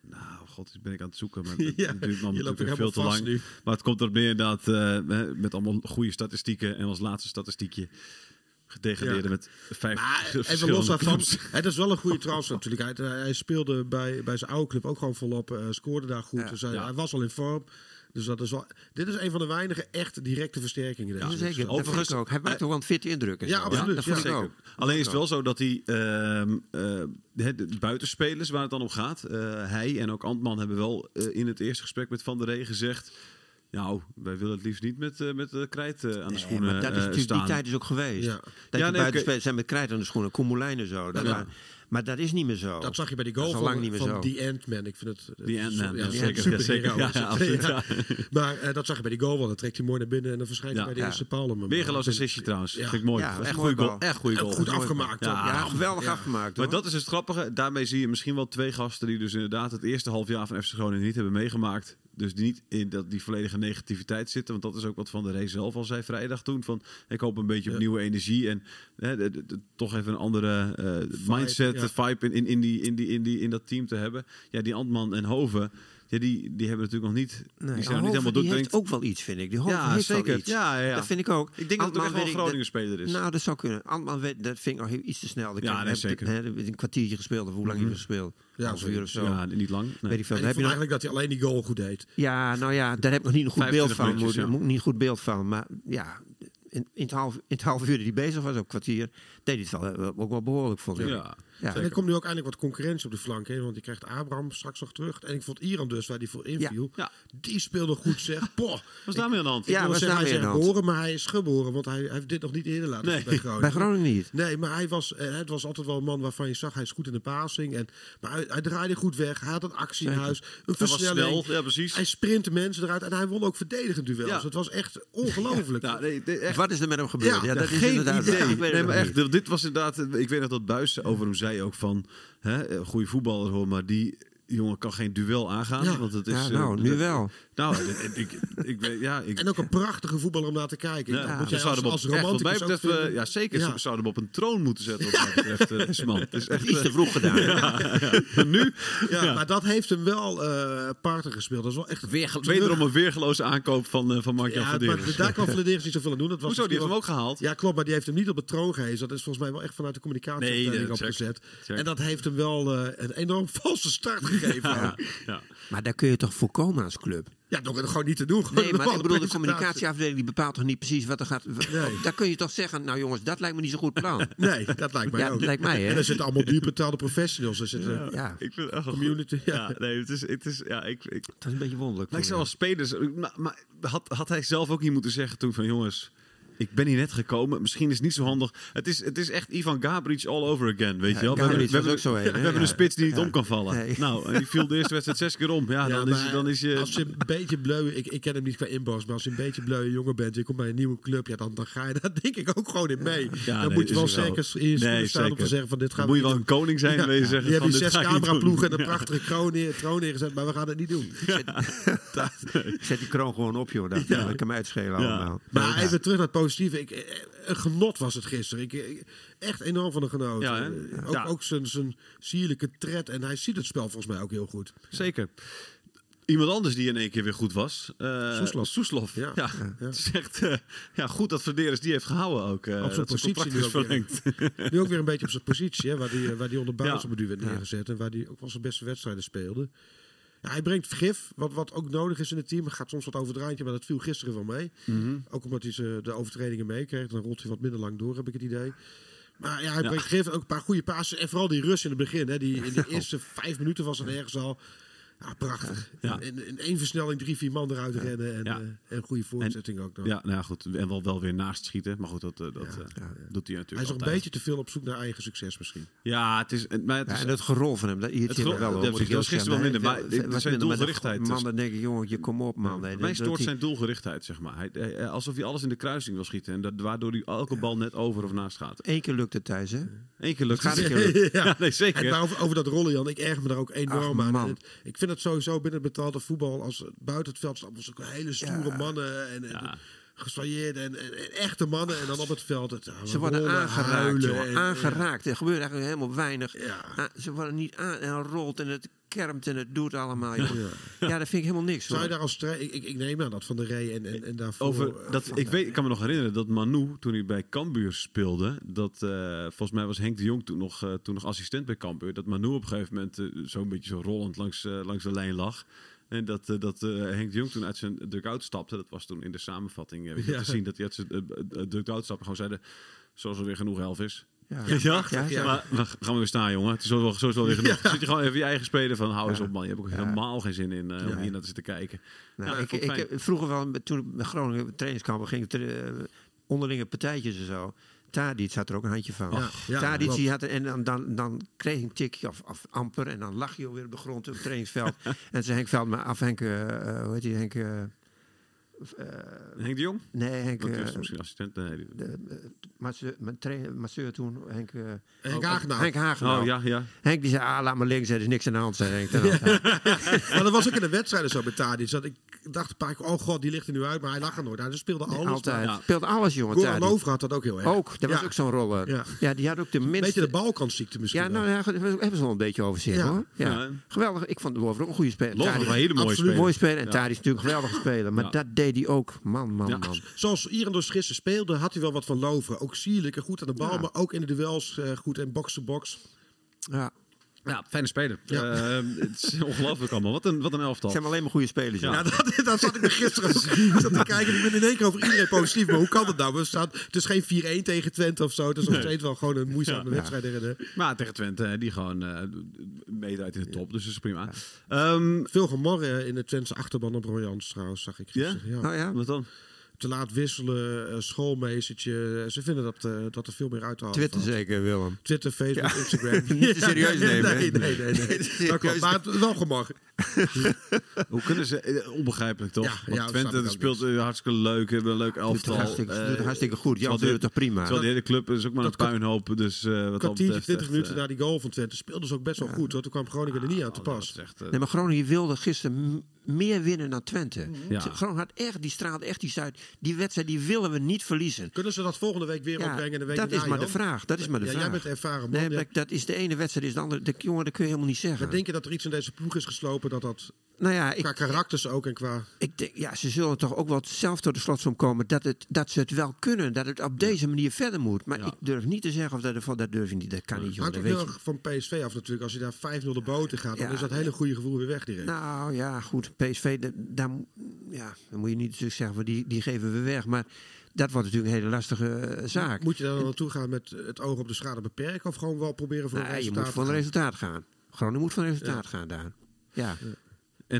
S3: nou, god, dit ben ik aan het zoeken. Maar
S5: Ja,
S3: dat duurt dan
S5: je loopt er
S3: natuurlijk veel te
S5: helemaal
S3: lang.
S5: vast nu.
S3: Maar het komt erop neer dat eh, met allemaal goede statistieken en als laatste statistiekje gedegradeerd
S5: Ja.
S3: met vijf
S5: Maar even
S3: verschillende
S5: los daarvan,
S3: clubs.
S5: het is wel een goede transfer natuurlijk. Hij, hij speelde bij, bij zijn oude club ook gewoon volop, eh, scoorde daar goed. Dus hij,
S3: Ja.
S5: hij was al in vorm. Dus dat is wel, dit is een van de weinige echt directe versterkingen. deze
S2: zeker.
S5: zomer.
S2: Dat vind ik ook. Hij maakt toch wel een fitte indruk. en
S5: Eh, Ja,
S2: zo.
S5: absoluut,
S2: Dat
S5: ja,
S2: vond ik
S3: Zeker.
S2: ook.
S3: Alleen is het wel zo dat hij, ehm, eh, hè, de buitenspelers waar het dan om gaat, eh, hij en ook Antman hebben wel eh, in het eerste gesprek met Van der Rey gezegd, nou, wij willen het liefst niet met, eh, met eh, krijt eh, aan de
S2: Nee,
S3: schoenen
S2: maar dat is
S3: eh,
S2: natuurlijk,
S3: staan.
S2: die tijd is ook geweest.
S5: Ja.
S2: Dat
S3: Ja,
S2: je
S3: nee,
S2: buitenspelers zijn met krijt aan de schoenen. Koemelijn en zo. Dat
S5: Ja.
S2: waren- maar dat is niet meer zo.
S5: Dat zag je bij die goal
S2: Oh. Dat is al
S5: van,
S2: lang niet meer
S5: van
S2: zo.
S5: The Ant-Man. Ik vind het...
S3: Die
S5: het is-
S3: Ant-Man,
S5: het is
S3: zeker,
S5: een
S3: zeker.
S5: superhero,
S3: Ja,
S5: is het.
S3: absoluut, ja.
S5: Maar eh, dat zag je bij die goal wel. Dan trekt hij mooi naar binnen en dan verschijnt hij
S3: Ja.
S5: bij de
S2: Ja.
S5: eerste paal. om hem- eh,
S3: Weergeloos assistje trouwens.
S5: Ja.
S3: Vind ik mooi.
S2: Ja, dat is
S3: echt
S2: een mooie
S3: goede goal.
S2: bal.
S3: Echt goede goal.
S5: goed afgemaakt.
S3: Ja.
S5: ook.
S2: ja, geweldig
S5: Ah, Ja.
S2: afgemaakt.
S3: Maar
S2: hoor.
S3: dat is het grappige. Daarmee zie je misschien wel twee gasten die dus inderdaad het eerste half jaar van FC Groningen niet hebben meegemaakt. Dus die niet in dat, die volledige negativiteit zitten. Want dat is ook wat Van der Rey zelf al zei vrijdag toen. Van, ik hoop een beetje op nieuwe energie. En hè, de- de- de- toch even een andere eh, mindset,
S5: ja.
S3: vibe in, in, in, die, in, die, in, die, in dat team te hebben. Ja, die Antman en Hoven, ja, die, die hebben natuurlijk nog niet... die zijn nog niet
S2: Hoven,
S3: helemaal
S2: die
S3: dood.
S2: heeft ook wel iets, vind ik. Die Hoven
S3: Ja,
S2: heeft
S3: zeker.
S2: wel iets.
S3: Ja, ja, ja.
S2: Dat vind ik ook.
S3: Ik denk dat het ook
S2: Antman
S3: echt wel
S2: weet
S3: een
S2: ik-
S3: Groningen speler is.
S2: Nou, dat zou kunnen. Antman, weet, dat vind ik nog heel iets te snel. Ik
S3: Ja,
S2: heb-
S3: nee,
S2: heb-
S3: zeker. Mhm.
S2: hè, Een kwartiertje gespeeld, of hoe lang je gespeeld? Ja, half uur of zo.
S3: Ja, niet lang. Nee.
S2: Weet ik veel.
S5: En
S2: Dan
S5: ik
S2: heb je nog
S5: vond eigenlijk dat hij alleen die goal goed deed.
S2: Ja, nou ja, daar heb ik nog niet een goed beeld
S3: 25
S2: van. Moet,
S3: minuutjes, ja.
S2: moet ik niet goed beeld van. Maar ja, in, in, het half, in het half uur dat hij bezig was, ook kwartier, deed hij het wel, eh, ook wel behoorlijk vond ik.
S3: Ja.
S2: ja. Dus
S5: En er komt nu ook eindelijk wat concurrentie op de flank. Hè? Want je krijgt Abraham straks nog terug. En ik vond Iran dus, waar die voor inviel.
S3: Ja.
S5: Die speelde goed zeg. Poh.
S3: Wat is daarmee aan de hand?
S2: Ja,
S5: Ik wil
S2: wat is
S5: zeggen,
S2: daarmee
S5: hij
S2: aan de
S5: is
S2: hand?
S5: geboren, maar hij is geboren. Want hij, hij heeft dit nog niet eerder laten zien bij Groningen.
S2: Bij Groningen niet.
S5: Nee, maar hij was, eh, het was altijd wel een man waarvan je zag, hij is goed in de passing. En, maar hij, hij draaide goed weg, hij had een actie in huis, een
S3: was
S5: versnelling.
S3: snel, ja, precies.
S5: Hij sprintte mensen eruit en hij won ook verdedigend duels.
S3: Ja.
S5: Het was echt ongelooflijk.
S3: Nou, nee, nee, echt.
S2: Wat is er met hem gebeurd? Ja,
S5: Ja,
S2: dat is
S3: Geen
S2: inderdaad
S3: idee.
S2: Ja, ik weet
S3: nee,
S2: het
S3: maar
S2: ook
S3: echt,
S2: niet.
S3: dit was inderdaad. Ik weet nog dat Buis over hem zei ook van. Hè, eh, goede voetballer hoor, maar die jongen kan geen duel aangaan.
S5: Ja.
S3: want het is,
S2: Ja, nou,
S3: eh,
S2: nu
S3: dat-
S2: wel.
S3: Nou, ik, ik, ik weet, ja, ik,
S5: En ook een prachtige voetballer om naar te kijken.
S3: ja,
S5: Dat
S3: ja,
S5: moet jij
S3: ze zouden
S5: als,
S3: hem
S5: als
S3: op, echt, wat mij
S5: romanticus ook
S3: betreft, eh,
S5: vinden.
S3: ja, zeker.
S5: Ja.
S3: Ze zouden hem op een troon moeten zetten. Wat mij betreft, eh, is man. Het is echt.
S2: Iets te vroeg gedaan.
S3: eh, nu,
S5: Ja,
S3: ja.
S5: maar dat heeft hem wel eh parten gespeeld. Dat is wel echt
S3: Weerge-
S5: terug-
S3: wederom een weergeloze aankoop van, eh, van Mark Jan
S5: Ja,
S3: van Deeren.
S5: maar daar kan Vladeris niet zoveel aan doen. Dat was
S3: Hoezo, die
S5: misschien
S3: heeft hem
S5: wel-
S3: ook gehaald.
S5: Ja, klopt, maar die heeft hem niet op het troon gehezen. Dat is volgens mij wel echt vanuit de
S3: Nee,
S5: communicatieafdeling
S3: eh, check.
S5: opgezet.
S3: Check.
S5: En dat heeft hem wel eh, een enorm valse start gegeven. Ja,
S3: Ja.
S2: Maar daar kun je toch voorkomen als club?
S5: nog gewoon niet te doen. Gewoon
S2: Nee,
S5: een
S2: maar ik
S5: normale
S2: bedoel, de
S5: presentatie.
S2: communicatieafdeling die bepaalt toch niet precies wat er gaat... w- Daar kun je toch zeggen, nou jongens, dat lijkt me niet zo'n goed plan.
S5: Nee, dat lijkt mij
S2: Ja,
S5: ook.
S2: dat lijkt mij, hè?
S5: En er zitten allemaal duurbetaalde professionals. Er zitten,
S2: Ja,
S3: Ik vind het echt wel goed.
S5: Community, ja.
S3: Ja, nee, het is, het is, ja, ik, ik,
S2: dat is een beetje wonderlijk.
S3: Maar ik
S5: eh,
S2: voor
S3: zou als spelers. Maar, maar had, had hij zelf ook niet moeten zeggen toen van jongens. Ik ben hier net gekomen. Misschien is het niet zo handig. Het is, het is echt Ivan Gabriel all over again, weet je wel. We hebben,
S2: Gabriel
S3: we hebben,
S2: was ook zo een, hè?
S3: we hebben
S2: Ja.
S3: een spits die niet om kan vallen.
S2: Nee.
S3: Nou, en die viel de eerste wedstrijd zes keer om. Ja,
S5: Ja,
S3: dan, is,
S5: maar
S3: je- dan is
S5: Als je
S3: je...
S5: een beetje bleu... Ik, ik ken hem niet qua inborst, maar als je een beetje bleu jongen bent... je komt bij een nieuwe club, ja, dan, dan ga je daar denk ik ook gewoon in mee.
S3: Ja,
S5: dan
S3: nee,
S5: moet je
S3: is
S5: wel
S3: het wel.
S5: zeker in je schoenen
S3: Nee,
S5: staan om
S3: zeker.
S5: te zeggen van dit
S3: Dan
S5: gaan we
S3: moet je
S5: niet
S3: wel
S5: doen.
S3: een koning zijn, wil je zeggen
S5: Je hebt
S3: van,
S5: die
S3: dit
S5: zes
S3: ga ik niet
S5: cameraploegen en
S3: doen.
S5: een prachtige kroon neer- troon neergezet, maar we gaan het niet doen.
S2: je. Zet die kroon gewoon op, joh. Dat, dat kan mij uitschelen allemaal.
S5: Maar even terug naar het positieve. Ik, eh, een genot was het gisteren. Ik, eh, echt enorm van een genoot.
S3: Ja, hè?
S5: Eh,
S3: Ja.
S5: Ook, ook zijn, zijn sierlijke tred. En hij ziet het spel volgens mij ook heel goed.
S3: Zeker. Iemand anders die in één keer weer goed was. eh,
S5: Soeslof.
S3: Soeslof. Ja.
S5: Ja. Ja.
S3: Het is echt eh, ja, goed dat Verderes die heeft gehouden ook. eh,
S5: Op zijn
S3: dat zijn contract
S5: positie nu
S3: is
S5: ook weer.
S3: verlengd.
S5: Nu ook weer een beetje op zijn positie. Hè, waar die, eh, waar die onder Bouwens
S3: Ja.
S5: op het duw werd neergezet. En waar die ook wel zijn beste wedstrijden speelde. Ja, hij brengt vergif, wat, wat ook nodig is in het team. Hij gaat soms wat over het randje, maar dat viel gisteren wel mee.
S3: Mhm.
S5: Ook omdat hij ze- eh, de overtredingen meekreeg. Dan rolt hij wat minder lang door, heb ik het idee. Maar ja, hij brengt vergif, ook een paar goede passen. En vooral die rust in het begin. Hè, die, in de eerste vijf minuten was het ergens al. Ja, prachtig.
S3: Ja.
S5: In, in één versnelling drie, vier man eruit rennen. En,
S3: Ja.
S5: eh, en een goede voorzetting ook nog.
S3: Ja, nou ja, goed. En wel, wel weer naast schieten. Maar goed, dat, eh, dat eh, doet hij natuurlijk
S5: hij is nog een
S3: altijd.
S5: beetje te veel op zoek naar eigen succes misschien.
S3: Ja, het is... Maar het
S2: Ja,
S3: is
S2: en dat Dus- gerol van hem, dat irriteert
S3: gerol-
S2: me wel. hoor,
S3: ja,
S2: moet ik
S3: precies, dat was
S2: eerlijk
S3: gisteren
S2: zeggen.
S3: wel minder,
S2: Nee,
S3: maar dit-
S2: was
S3: zijn
S2: minder, maar
S3: doelgerichtheid.
S2: dat- Man, dan denk ik, jongetje, kom op, man. Nee,
S3: Mij
S2: dat- dat
S3: stoort
S2: die-
S3: zijn doelgerichtheid, zeg maar. Hij, hij- hij- alsof hij alles in de kruising wil schieten. En dat, waardoor hij elke bal net over of naast gaat.
S2: Eén keer lukt het thuis, hè?
S3: Eén keer lukt
S2: Gaat
S3: het.
S2: een keer lukken.
S3: Ja, nee, zeker.
S5: En maar over, over dat rollen, Jan, ik erg me daar ook enorm
S2: Ach,
S5: aan.
S2: man.
S5: En het- ik vind het sowieso binnen het betaalde voetbal, als het buiten het veld staan, was ook hele stoere mannen. En, en gesoigneerd en, en, en echte mannen. En dan op het veld. Het, ja,
S2: Ze worden
S5: rollen,
S2: aangeraakt,
S5: huilen
S2: joh.
S5: en- en-
S2: aangeraakt. Er gebeurt eigenlijk helemaal weinig.
S5: Ja.
S2: Ah, ze worden niet aan en het rolt en het kermt en het doet allemaal. joh. Ja, dat vind ik helemaal niks.
S5: Zou je
S2: hoor.
S5: daar als tra- ik, ik, ik neem aan dat van de Rey en, en, en daarvoor. eh,
S3: Over dat, ik, weet, ik kan me nog herinneren dat Manu, toen hij bij Cambuur speelde, dat eh, volgens mij was Henk de Jong toen nog, eh, toen nog assistent bij Cambuur, dat Manu op een gegeven moment eh, zo'n beetje zo rollend langs, eh, langs de lijn lag. En dat, eh, dat eh, Henk de Jong toen uit zijn dugout stapte, dat was toen in de samenvatting eh, weet je,
S5: Ja.
S3: te zien, dat hij uit zijn eh, eh, dugout stapte gewoon zeiden, zoals er weer genoeg Elvis.
S2: Ja.
S3: Weet je wel?
S2: Ja, ja.
S3: Maar we gaan maar weer staan, jongen. Het is zo wel, zo is wel weer genoeg. Zit je gewoon even je eigen spelen van hou eens op, man. Je hebt ook helemaal geen zin in eh, om hier naar te zitten kijken.
S2: Nou,
S3: Ja,
S2: ik,
S3: vond
S2: ik,
S3: het fijn.
S2: heb vroeger wel, toen ik bij Groningen trainingskampen ging, ter- eh, onderlinge partijtjes en zo. Tadic had er ook een handje van.
S5: Ja, ja,
S2: Tadic
S5: klopt.
S2: die had, en dan, dan, dan kreeg hij een tikje of, of amper en dan lag je alweer op de grond op het trainingsveld. en toen zei Henk Veldman af, Henk, eh, eh, hoe heet die Henk? eh,
S3: Henk de Jong?
S2: nee, Henk,
S3: Dat
S2: eh,
S3: is misschien assistent. Nee, die-
S2: masseur, mijn trainer, masseur toen, Henk... eh,
S5: Henk
S2: oh,
S5: Hagenaar.
S2: Henk Hagenaar.
S3: Oh ja, ja.
S2: Henk die zei, ah, laat maar links, er is niks aan de hand, zei Henk. ten Hag.
S5: Maar dat was ook in de wedstrijden zo met Tadic. Dat ik dacht een paar keer, oh god, die ligt er nu uit. Maar hij lag er nooit uit. Hij speelde alles.
S2: Altijd.
S3: Ja.
S2: Speelde alles, jongen,
S5: Goran
S2: Tadic.
S5: Lovra had dat ook heel erg.
S2: Ook, dat was
S5: Ja.
S2: ook zo'n roller. Ja.
S5: Ja.
S2: die had ook de minste...
S5: Een beetje de balkansziekte misschien.
S2: Ja, nou ja, goed, daar hebben ze wel een beetje over zich
S5: Ja.
S2: hoor. Ja.
S3: Ja.
S2: Geweldig. Ik vond de Wolver ook een goede speler.
S3: Lovren,
S2: Tadic-
S3: een hele mooie
S2: absoluut
S3: speler.
S2: mooi speler. En Tadic is natuurlijk een geweldige speler. Maar dat deed hij ook. Man, man,
S3: Ja.
S2: man.
S5: Zoals Irendos gisteren speelde, had hij wel wat van Lovra. Ook sierlijk en goed aan de bal, maar ook in de duels eh, goed en box-to-box.
S2: Ja.
S3: Ja, fijne speler. Ehm, het is ongelooflijk allemaal. Wat een, wat een elftal.
S2: Het zijn alleen maar goede spelers.
S3: Ja.
S2: joh.
S5: Ja, dat, dat zat ik me gisteren ook ik zat te kijken. Ik ben in één keer over iedereen positief. Maar hoe kan dat nou? We staan, het is geen 4-1 tegen Twente of zo. Het is nog steeds wel gewoon een moeizame wedstrijd. tegen de-
S3: Maar tegen Twente, hè, die gewoon eh meedraait in de top. Dus dat is prima. Ehm,
S5: Veel gemor eh, in de Twentse achterban op Royans trouwens, zag ik gisteren. Ja?
S2: Oh ja?
S3: wat dan?
S5: Te laat wisselen, eh, schoolmeestertje. Ze vinden dat, eh, dat er veel meer uit te halen
S2: Twitter
S5: valt.
S2: zeker, Willem.
S5: Twitter, Facebook, Instagram.
S2: Niet te serieus
S5: nee,
S2: nemen, hè?
S5: Nee, nee, nee. nee. Dat klopt, maar het- wel gemor.
S3: Hoe kunnen ze... eh, Onbegrijpelijk toch?
S5: Ja,
S3: Want
S5: ja, dat snap
S3: Twente
S5: ik ook
S3: dat speelt eh, hartstikke leuk. Hebben een leuk elftal.
S2: hartstikke-
S3: Eh,
S2: doet het hartstikke goed. Ja,
S3: terwijl
S2: doet het
S3: de-
S2: toch prima?
S3: Terwijl de hele club is ook maar een
S5: dat-
S3: puinhoop. Dus eh, wat dat
S5: kwartiertje,
S3: betreft...
S5: 20
S3: echt,
S5: minuten
S3: eh,
S5: na die goal van Twente speelden ze ook best wel goed. Hoor. Toen kwam Groningen er niet
S2: Ah,
S5: aan te
S3: dat
S5: pas.
S3: is echt, eh,
S2: Nee, maar Groningen wilde gisteren m- meer winnen dan Twente.
S3: Ja.
S2: Groningen had echt, die straalde echt iets uit. Die wedstrijd, die willen we niet verliezen.
S5: Kunnen ze dat volgende week weer
S2: Ja,
S5: opbrengen? en De week
S2: dat is
S5: erna,
S2: maar de
S5: Jan?
S2: vraag. Dat is maar de
S5: Ja,
S2: vraag.
S5: Jij bent ervaren man.
S2: Nee,
S5: Ja.
S2: maar dat is de ene wedstrijd, is de andere. De, jongen, dat kun je helemaal niet zeggen.
S5: Maar denk je dat er iets in deze ploeg is geslopen dat dat
S2: nou ja, ik,
S5: qua karakters ook en qua...
S2: Ik denk, ja, ze zullen toch ook wel zelf tot de slotsom komen dat, het, dat ze het wel kunnen. Dat het op deze manier verder moet. Maar ik durf niet te zeggen of dat ervan, dat durf je niet. Dat kan niet, joh.
S5: Hangt
S2: Dat
S5: ook heel
S2: weet je.
S5: erg van PSV af natuurlijk. Als je daar 5-0 de boot in gaat, dan
S2: Ja.
S5: is dat hele goede gevoel weer weg direct.
S2: Nou ja, goed. PSV, da- daar, mo- ja, dan moet je niet natuurlijk zeggen, van die, die geven we weg. Maar dat wordt natuurlijk een hele lastige eh, zaak.
S5: Moet je daar dan naartoe gaan met het oog op de schade beperken? Of gewoon wel proberen voor
S2: Nou,
S5: een
S2: je
S5: resultaat
S2: moet voor
S5: te
S2: een
S5: gaan?
S2: resultaat gaan. Groningen moet voor een resultaat gaan daar. Ja,
S3: En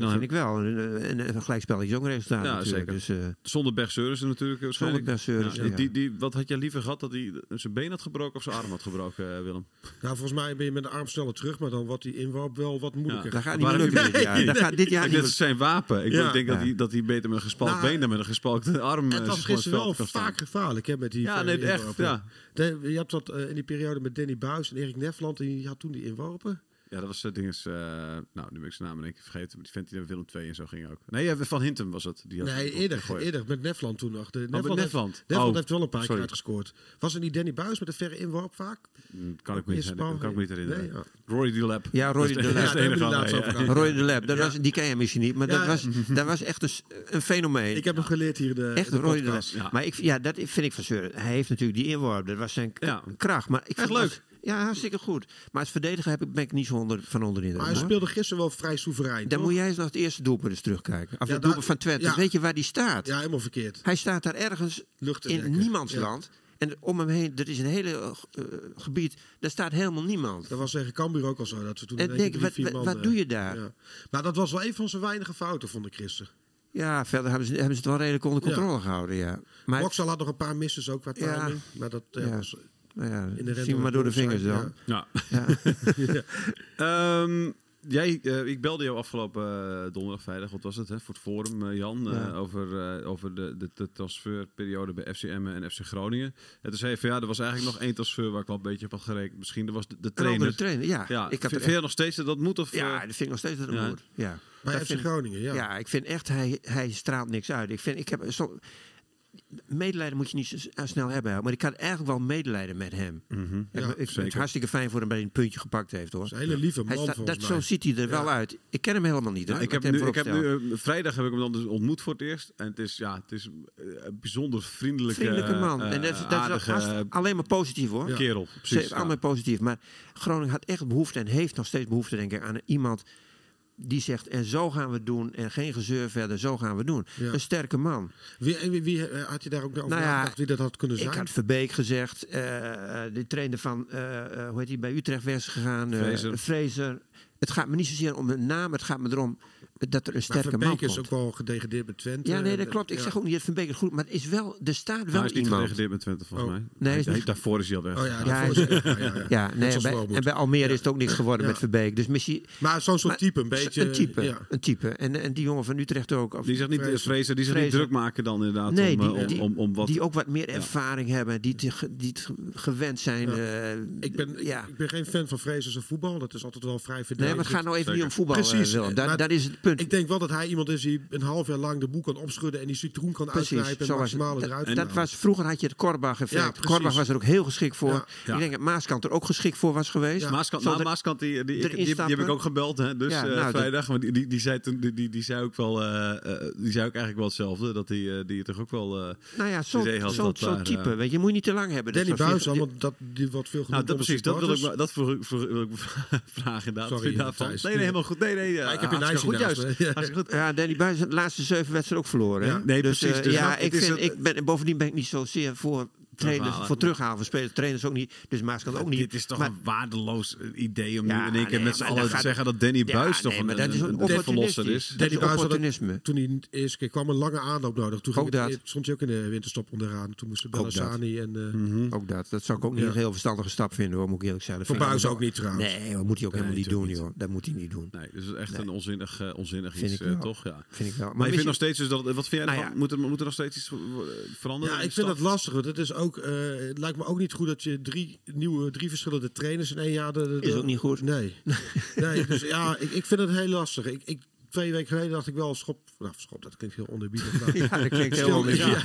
S2: dat
S3: dan
S2: vind
S3: heb
S2: ik wel. En, en, en een gelijkspel is ook een resultaat
S3: Ja,
S2: natuurlijk. Dus, eh,
S3: Zonder Berg Seurensen natuurlijk waarschijnlijk.
S2: Berg Seurensen,
S3: die,
S2: ja.
S3: die, die- wat had jij liever gehad? Dat hij zijn been had gebroken of zijn arm had gebroken, eh, Willem?
S5: Nou, volgens mij ben je met de arm sneller terug, maar dan wordt die inworp wel wat moeilijker.
S2: dat gaat niet meer
S3: Waarom-
S2: lukken dit jaar. Dat gaat dit jaar
S3: Ik
S2: niet
S3: denk,
S2: meer
S3: dat is zijn wapen. Ik
S5: Ja.
S3: bedoel, ik denk dat,
S2: Ja.
S3: hij, dat hij beter met een gespalkt
S5: Nou,
S3: been dan met een gespalkte arm.
S5: En
S3: eh,
S5: het was
S3: gewoon het
S5: gisteren wel
S3: veld
S5: vaak
S3: op kan staan.
S5: gevaarlijk hè, met die
S3: Ja,
S5: vijf
S3: nee, echt,
S5: inworpen.
S3: ja.
S5: De- je had dat eh, in die periode met Danny Buis en Erik Nefland. Die had toen die inworpen.
S3: Ja, dat was het ding is. eh, nou, nu ben ik zijn naam in één keer vergeten. Maar die vent die naar Willem 2 en zo ging ook. Nee, ja, Van Hintem was het. Die had
S5: Nee,
S3: die
S5: eerder,
S3: gegooid. Oh,
S5: eerder met Nefland toen nog. De,
S3: met
S5: heeft-
S3: Nefland.
S5: Nefland
S3: Oh,
S5: heeft wel een paar
S3: sorry.
S5: keer uitgescoord. Was het niet Danny Buis met de verre inworp vaak?
S3: Mm, Kan ik me niet,
S5: Is
S3: herinneren.
S5: het Paul-
S3: kan ik me niet herinneren.
S5: Nee, ja.
S3: Rory Dulap.
S2: Ja, Roy
S3: Dat is
S2: Dulap.
S3: dat is
S5: Ja, daar hebben
S3: enige
S5: we het laatst
S3: andere,
S5: over
S3: ja.
S5: gehad.
S2: Roy de Lab, dat was, die ken je misschien niet, maar dat,
S5: Ja.
S2: was, dat was echt een, s- een fenomeen.
S5: Ik heb hem geleerd hier. De,
S2: echt
S5: de
S2: een Roy de Lab.
S5: podcast.
S3: ja.
S2: Maar ik, ja, dat vind ik van Zeuren. Hij heeft natuurlijk die inworp, dat was zijn k-
S3: Ja.
S2: kracht. Maar ik vind
S3: Echt leuk.
S2: als- ja, hartstikke goed. Maar als verdediger heb ik, ben ik niet zo onder, van onder in de
S5: Maar hij speelde gisteren wel vrij soeverein.
S2: Dan
S5: toch?
S2: moet jij eens naar het eerste doelpunt eens terugkijken. Of
S5: Ja,
S2: het doelpunt
S5: daar-
S2: van Twente.
S5: ja.
S2: Weet je waar die staat?
S5: Ja, helemaal verkeerd.
S2: Hij staat daar ergens
S5: Lucht te
S2: in
S5: dekken.
S2: niemands
S5: Ja.
S2: land. En om hem heen, er is een hele eh, g- eh, gebied, daar staat helemaal niemand.
S5: Dat was tegen Cambuur ook al zo. Dat we toen
S2: En
S5: in één keer
S2: denk,
S5: drie,
S2: wat-
S5: vier
S2: wat-
S5: man,
S2: wat
S5: eh,
S2: doe je daar?
S5: ja. Maar dat was wel een van zijn weinige fouten, vond ik gisteren.
S2: Ja, verder hebben ze, hebben ze het wel redelijk onder
S5: Ja.
S2: controle gehouden, ja. Maar
S5: Boxal had nog een paar misses ook qua
S2: Ja.
S5: timing. Maar dat eh,
S2: Ja.
S5: was...
S2: Nou ja,
S5: In de
S2: zien we maar door de vingers dan.
S5: Ja.
S3: Ja.
S2: Ja.
S3: Ehm, jij, eh, ik belde jou afgelopen eh, donderdag, vrijdag, wat was het, hè, voor het forum, eh, Jan, eh,
S2: Ja.
S3: over, eh, over de, de, de transferperiode bij FC Emmen en FC Groningen. En toen zei je van ja, er was eigenlijk nog één transfer waar ik wel een beetje op had gerekend. Misschien dat was de, de
S2: Een
S3: trainer.
S2: andere trainer, ja. ik had
S3: ja, vind
S2: er
S3: vind
S2: echt,
S3: jij nog steeds dat dat moet? Of, eh,
S2: ja, dat vind ik nog steeds dat het
S3: Ja.
S2: moet. Ja.
S5: Bij
S2: Dat
S5: FC
S2: vind ik-
S5: Groningen, ja.
S2: ja. ik vind echt, hij, hij straalt niks uit. Ik vind, ik heb, zo, medelijden moet je niet zo s- eh, snel hebben. Maar ik had eigenlijk wel medelijden met hem. En
S5: Ja,
S2: ik vind het
S3: zeker.
S2: hartstikke fijn voor hem dat hij een puntje gepakt heeft hoor.
S5: is een hele lieve
S2: Hij
S5: man
S2: staat-
S5: volgens
S2: dat,
S5: mij.
S2: zo ziet hij er wel uit. Ik ken hem helemaal niet. Hoor.
S3: Nou, ik
S2: Laat
S3: heb nu,
S2: hem
S3: ik heb nu
S2: vooropstellen.
S3: eh, vrijdag heb ik hem dan dus ontmoet voor het eerst. En het is, ja, het is eh, een bijzonder vriendelijke,
S2: vriendelijke man.
S3: eh,
S2: en dat, is- dat is
S3: aardige
S2: haast alleen maar positief hoor.
S3: kerel.
S2: Ze
S3: Precies.
S2: is allemaal positief. Maar Groningen had echt behoefte en heeft nog steeds behoefte, denk ik, aan iemand die zegt: en zo gaan we het doen, en geen gezeur verder, zo gaan we het doen.
S5: Ja.
S2: Een sterke man.
S5: Wie, en wie, wie, eh, had je daar ook over
S2: Nou ja,
S5: nagedacht wie dat had kunnen zijn?
S2: Ik had Verbeek gezegd, eh, de trainer van, eh, eh, hoe heet hij, bij Utrecht weg is gegaan, eh,
S3: Fraser.
S2: Fraser. Het gaat me niet zozeer om een naam, het gaat me erom dat er een
S5: maar
S2: sterke
S5: Van
S2: man
S5: Beek is
S2: komt.
S5: ook wel gedegradeerd met Twente.
S2: Ja, nee, dat
S5: En, eh,
S2: klopt. Ik
S5: ja.
S2: zeg ook niet dat Van Beek het goed, maar het is wel, er staat wel
S3: hij is niet
S2: iemand.
S3: gedegradeerd met Twente, volgens
S5: Oh.
S3: mij.
S2: hij is
S3: Hij-
S2: niet
S3: hij-
S2: ge-
S3: daarvoor is hij al weg.
S5: Oh ja,
S2: Ja,
S5: daarvoor is- ja, ja, ja.
S2: Ja,
S5: Net
S2: nee,
S5: zoals
S2: bij,
S5: Voormoed.
S2: en bij Almere is het ook niks geworden
S5: Ja.
S2: met Verbeek. Dus misschien,
S5: Maar zo'n soort
S2: Maar
S5: type, een beetje.
S2: Een type,
S5: ja.
S2: een type. En, en die jongen van Utrecht ook. Of-
S3: Die zegt niet,
S5: Fraser.
S3: Fraser, die zich niet
S2: Fraser.
S3: druk maken dan inderdaad
S2: nee,
S3: om, eh,
S2: die,
S3: om,
S2: die,
S3: om, om wat...
S2: die ook wat meer ervaring hebben. Die, te ge- die het ge- gewend zijn. eh,
S5: Ik, ben, ik,
S2: ja.
S5: ik ben geen fan van Fraser zijn voetbal. Dat is altijd wel vrij
S2: nee,
S5: verdedigd.
S2: maar het gaat nou even niet om voetbal. eh,
S5: Precies.
S2: Willem.
S5: Maar
S2: dat, dat is het punt.
S5: Ik denk wel dat hij iemand is die een half jaar lang de boel kan opschudden en die citroen kan
S2: Precies,
S5: uitknijpen
S2: zo
S5: en
S2: was het.
S5: maximaal eruit
S2: Dat,
S5: kan
S2: dat
S5: halen.
S2: was, vroeger had je het Korbach effect.
S5: Ja, precies.
S2: Korbach was er ook heel geschikt voor.
S5: Ja.
S3: Ja.
S2: Ik denk dat Maaskant er ook geschikt voor was geweest.
S3: Ja, Maaskant,
S2: Zonder-
S3: nou, Maaskant, die, die,
S2: erin
S3: ik- die, die heb
S2: stappen.
S3: ik ook gebeld, hè, dus
S2: Ja,
S3: eh,
S2: nou, dat-
S3: vrijdag. Maar die, die, die zei toen, die, die, die zei ook wel, eh, eh, die zei ook eigenlijk wel hetzelfde. Dat die, eh, die toch ook wel... eh,
S2: nou ja,
S3: het idee
S2: zo'n
S3: had
S2: zo,
S3: dat
S2: zo'n
S3: daar,
S2: type.
S3: eh,
S2: Weet je, je moet je niet te lang hebben. Dat
S5: Danny
S2: zo'n
S5: Buis,
S2: figuur-
S5: want dat, die wordt veel
S3: Nou,
S5: genoemd.
S3: dat
S5: door de
S3: precies. Dat wil ik,
S5: supporters.
S3: wel- dat wil ik, voor- wil ik vragen inderdaad.
S5: Sorry,
S3: Vind je daarvan?
S5: Matthijs.
S3: Nee, nee, helemaal goed. Nee, nee. Ja,
S5: ik heb je
S3: hartstikke
S5: lijstje
S3: goed
S5: naast
S3: juist.
S5: me. Ja.
S3: Hartstikke goed.
S2: Eh, Ja, Danny Buis is de laatste zeven wedstrijden ook verloren. hè?
S5: Ja,
S3: nee,
S2: dus,
S3: precies.
S2: eh,
S3: Dus
S2: ja,
S3: dat-
S2: ik
S3: het is
S2: vind,
S3: een-
S2: ik ben, en bovendien ben ik niet zozeer voor, trainers,
S3: Terughalen.
S2: voor terughalen van spelers. Trainers ook niet. Dus Maaskant ook niet.
S3: Dit is toch
S2: Maar-
S3: een waardeloos eh, idee om
S2: Ja,
S3: nu in één keer
S2: nee,
S3: met z'n
S2: maar
S3: allen
S2: dat
S3: te
S2: gaat-
S3: zeggen dat Danny
S2: Ja,
S3: Buis toch
S2: nee,
S3: een,
S2: maar dat is
S3: een,
S2: een
S3: een verlosser
S2: opportunistisch.
S3: is.
S2: Dat is
S5: Danny Buis had ook-
S2: opportunisme.
S5: toen hij de eerste keer kwam, een lange aanloop nodig. Toen
S2: Ook
S5: ging
S2: dat.
S5: het, stond hij ook in de winterstop onderaan. Toen moesten Bellassani en... eh,
S2: Ook dat. Dat zou ik ook niet
S5: Ja.
S2: een heel verstandige stap vinden, hoor, moet ik eerlijk zeggen.
S5: Voor
S2: Vind ik
S5: Buis ook niet trouwens.
S2: Nee, dat moet hij ook helemaal niet doen,
S5: natuurlijk
S2: joh. Dat moet hij niet doen.
S3: Nee, dus het is echt een onzinnig, eh, onzinnig
S2: Vind
S3: iets,
S2: ik
S3: eh,
S2: wel.
S3: toch? Ja. Maar,
S2: Vind ik wel. Maar,
S3: je
S2: misschien-
S3: vindt nog steeds dus dat... Wat vind jij
S2: Nou
S3: ervan?
S2: ja.
S3: moet, er, moet er nog steeds iets eh, veranderen?
S5: Ja,
S3: in
S5: ik
S3: de staf?
S5: vind dat lastig. want Het, is ook, eh, het lijkt me ook niet goed dat je drie nieuwe, drie verschillende trainers in één jaar... De, de-
S2: Is ook niet goed.
S5: Nee. nee dus ja, ik, ik vind het heel lastig. Ik, ik, twee weken geleden dacht ik wel, schop... Nou, schop, dat klinkt heel onderbiedig. maar-
S2: Ja, dat klinkt heel
S5: Stel,
S2: anders. Ja.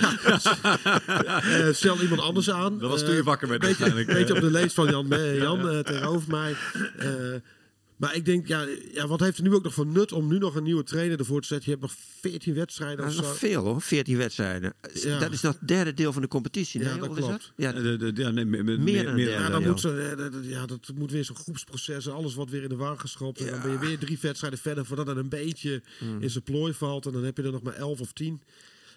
S5: ja. Eh, stel iemand anders aan.
S3: Dat was
S5: Eh,
S3: toen je wakker werd
S5: beetje-
S3: waarschijnlijk.
S5: beetje op de lees van Jan, eh, Jan eh, tegenover mij. Eh, maar ik denk, ja, ja, wat heeft het nu ook nog voor nut om nu nog een nieuwe trainer ervoor te zetten? Je hebt nog 14 wedstrijden
S2: Dat
S5: of
S2: is
S5: zo.
S2: nog veel, hoor. 14 wedstrijden.
S5: Ja.
S2: Dat is nog het derde deel van de competitie.
S5: Ja,
S2: nee,
S5: dat
S2: hoe is
S5: klopt.
S2: Ja,
S3: Eh, de- de- Ja, nee, me- me-
S2: Meer
S3: meer
S2: dan
S3: meer
S5: Ja,
S3: dan
S5: dan
S2: Ja.
S5: moet ze, eh, dat- dat- ja, dat moet weer zo'n groepsproces en alles wordt weer in de war geschopt. En dan ben je weer drie wedstrijden verder voordat het een beetje
S2: Mm.
S5: in zijn plooi valt. En dan heb je er nog maar 11 of 10.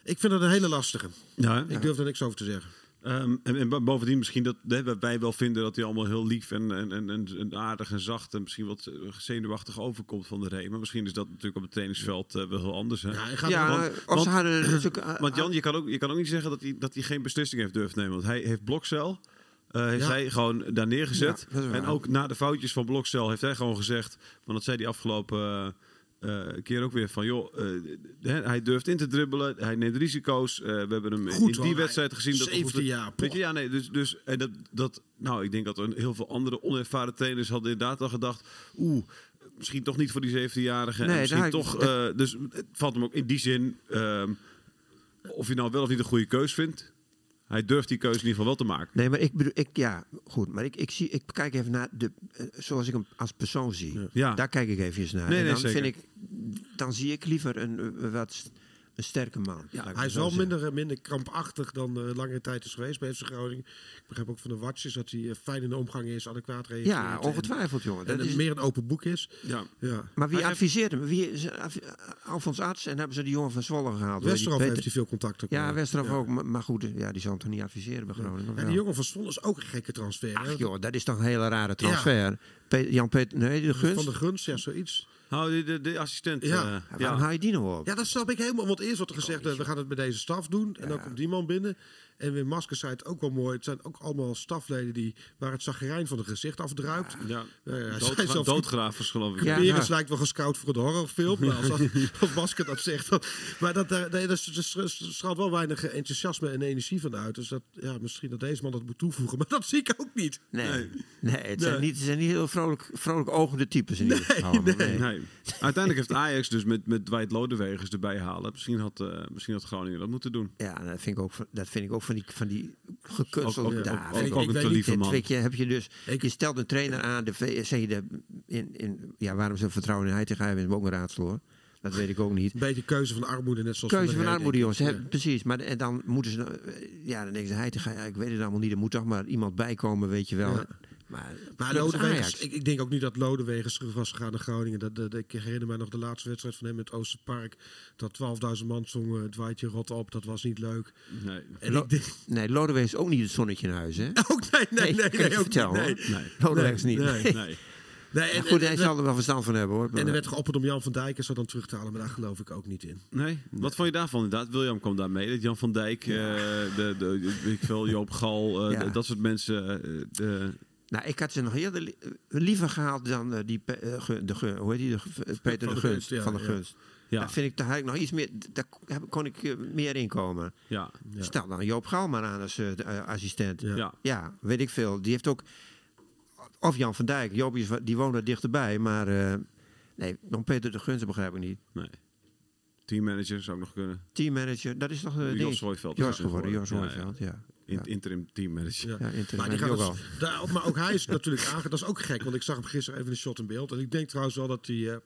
S5: Ik vind dat een hele lastige.
S3: Ja,
S5: Ik durf daar niks over te zeggen.
S3: Ehm, en, en bo- bovendien misschien dat hè, wat wij wel vinden dat hij allemaal heel lief en, en, en, en- en aardig en zacht en misschien wat eh, zenuwachtig overkomt van de ree. Maar misschien is dat natuurlijk op het trainingsveld eh, wel heel anders. Hè?
S5: Ja, ik ga
S2: Ja, eh,
S5: er-
S2: of ze hadden... natuurlijk, eh,
S3: Want Jan, je kan ook, je kan ook niet zeggen dat hij, dat hij geen beslissing heeft durven nemen. Want hij heeft Blokcel, eh, heeft
S5: Ja.
S3: hij gewoon daar neergezet.
S2: Ja, dat is waar.
S3: en ook na de foutjes van Blokcel heeft hij gewoon gezegd... want dat zei hij afgelopen eh, eh, keer ook weer van... joh, eh, hè, hij durft in te dribbelen, hij neemt risico's. eh, we hebben hem
S5: Goed,
S3: in
S5: hoor.
S3: die wedstrijd gezien. Dat
S5: 17 jaar,
S3: Weet je, ja, nee, dus, dus en dat, dat, nou, ik denk dat er heel veel andere onervaren trainers hadden inderdaad al gedacht... oeh, misschien toch niet voor die 17-jarige.
S2: Nee,
S3: en misschien
S2: daar-
S3: toch...
S2: dat-
S3: eh, dus het valt hem ook in die zin... ehm, of je nou wel of niet een goede keus vindt. Hij durft die keuze in ieder geval wel te maken.
S2: Nee, maar ik bedoel, ik, ja, goed. Maar ik, ik, zie, ik kijk even naar de, eh, zoals ik hem als persoon zie.
S3: Ja.
S2: Daar kijk ik even naar.
S3: Nee,
S2: en
S3: nee,
S2: dan,
S3: zeker.
S2: vind ik, dan zie ik liever een, eh, wat, st- een sterke man. laat ik het
S5: Hij is
S2: zo
S5: wel
S2: zeggen.
S5: minder, eh, minder krampachtig dan eh, langere tijd is geweest bij FC Groningen. Ik begrijp ook van de watjes dat hij eh, fijn in de omgang is, adequaat reageert.
S2: Ja,
S5: en-
S2: ongetwijfeld, jongen.
S5: En,
S2: Dat
S5: het
S2: is,
S5: meer een open boek is.
S3: Ja.
S5: Ja.
S2: maar wie
S3: Hij heeft-
S2: adviseert hem? Wie is, af- Alfons Arts en hebben ze die jongen van Zwolle gehaald? hoor. Die
S5: Westerhof heeft
S2: Peter-
S5: hij veel contact ook
S2: Ja,
S5: mee.
S2: Westerhof ook. Maar maar goed, ja, die zal hem toch niet adviseren bij Groningen? of
S5: En
S2: wel?
S5: die jongen van Zwolle is ook een gekke transfer. hè?
S2: Ach joh, dat is toch een hele rare transfer. Pe- Jan-Peter, nee, de
S5: van
S2: gunst.
S5: de Guns, ja, zoiets.
S3: Hou de, de, de assistent.
S5: Ja.
S3: eh,
S2: Ja, waarom
S3: ja.
S2: haal je die nou op?
S5: Ja, dat snap ik helemaal. Want eerst wordt er gezegd, eh, we gaan het bij deze staf doen. En dan komt die man binnen. En Wim Masker zei het ook wel mooi. Het zijn ook allemaal stafleden die, waar het zagrijn van het gezicht afdruipt.
S3: Ja.
S5: Nou ja, hij
S3: Doodgra-
S5: zei zelf-
S3: doodgravers geloof ik.
S2: Ja.
S5: Berens lijkt wel gescout voor een horrorfilm. Nou, als, dat, als Masker dat zegt. dan- maar dat, daar nee, dat is- er straalt wel weinig eh, enthousiasme en energie van uit. Dus dat, ja, misschien dat deze man dat moet toevoegen. Maar dat zie ik ook niet.
S2: Nee, nee. het, Zijn niet, het zijn niet heel vrolijk, vrolijk ogende types in ieder geval. allemaal. Nee.
S3: Nee. Uiteindelijk heeft Ajax dus met, met Dwight Lodewegers erbij halen. Misschien had, eh, misschien had Groningen dat moeten doen.
S2: Ja, dat vind ik ook van, dat vind ik ook van die, van die gekunstelde
S3: Ook- ook-
S2: daar.
S3: ook-
S2: Weet
S3: ook
S2: je,
S3: een
S2: weet
S3: te lieve
S2: niet,
S3: man.
S2: weet je, heb je dus,
S5: Ik-
S2: je stelt een trainer aan, de, V- zeg je de, in, in, ja, waarom ze vertrouwen in Heitinga hebben, is me ook een raadsel hoor. Dat weet ik ook niet.
S5: Een beetje keuze van armoede, net zoals
S2: Keuze
S5: de
S2: van
S5: Rey,
S2: armoede,
S5: denk ik.
S2: jongens. hè, Precies. Maar de- en dan moeten ze. nou, eh, Ja, dan denken ze, Heitinga, ja, ik weet het allemaal niet. Er moet toch maar iemand bij komen, weet je wel.
S5: Ja.
S2: Maar,
S5: Maar
S2: dat is
S5: Lodewegers,
S2: Ajax.
S5: ik, ik denk ook niet dat Lodewegers terug was gegaan naar Groningen. Dat, dat- ik herinner mij nog de laatste wedstrijd van hem in het Oosterpark. Dat 12.000 man zongen het waaitje rot op. Dat was niet leuk.
S3: Nee.
S5: En
S2: Lo-
S5: ik denk,
S2: Nee, Lodewijk is ook niet het zonnetje in huis, hè?
S5: ook nee, nee, nee.
S2: kan je
S5: nee, ook
S2: vertellen,
S5: niet,
S2: hoor.
S5: nee.
S3: Nee.
S2: Lodewijk is niet.
S5: nee,
S2: Nee.
S3: Nee.
S5: Nee, en,
S2: Maar goed,
S5: en-
S2: hij
S5: en-
S2: zal er wel verstand van hebben, hoor.
S5: en er werd geopperd om Jan van Dijk en zo dan terug te halen. Maar daar geloof ik ook niet in.
S3: Nee? Wat vond je daarvan inderdaad? William kwam daar mee. Dat Jan van Dijk, eh, de, de, weet ik veel, Joop Gal, eh,
S2: Ja.
S3: d- dat soort mensen. eh, de,
S2: Nou, ik had ze nog eerder li- eh, liever gehaald dan eh, die Pe- eh, Gun- de, Gun- hoe heet die, de, Gun- eh, Peter de,
S5: Van de
S2: Gunst.
S5: Gunst, ja,
S2: van de
S5: ja.
S2: Gunst.
S3: Ja.
S2: Daar vind ik, daar had ik nog iets meer, daar heb- kon ik eh, meer inkomen.
S3: ja.
S2: Stel dan Joop Galman aan als eh, de, eh, assistent.
S5: Ja.
S3: Ja.
S2: Ja, weet ik veel. Die heeft ook. Of Jan van Dijk. Joop is, wa- die woont er dichterbij. Maar. eh, nee, dan Peter de Gunst begrijp ik niet.
S3: Nee. Teammanager zou ook nog kunnen.
S2: Teammanager, dat is toch. eh, ding?
S3: Jos Hooiveld is
S2: Jos
S3: het
S2: geworden, Jos
S3: geworden. Ja,
S2: Hooiveld, ja.
S3: In,
S2: Ja.
S3: Interim teammanager.
S2: Ja, interim.
S5: maar,
S2: Heb
S5: die
S2: je
S5: gaat
S2: ook
S5: dus- daar, maar ook hij is natuurlijk aange. Dat is ook gek, want ik zag hem gisteren even een shot in beeld. En ik denk trouwens wel dat hij, eh,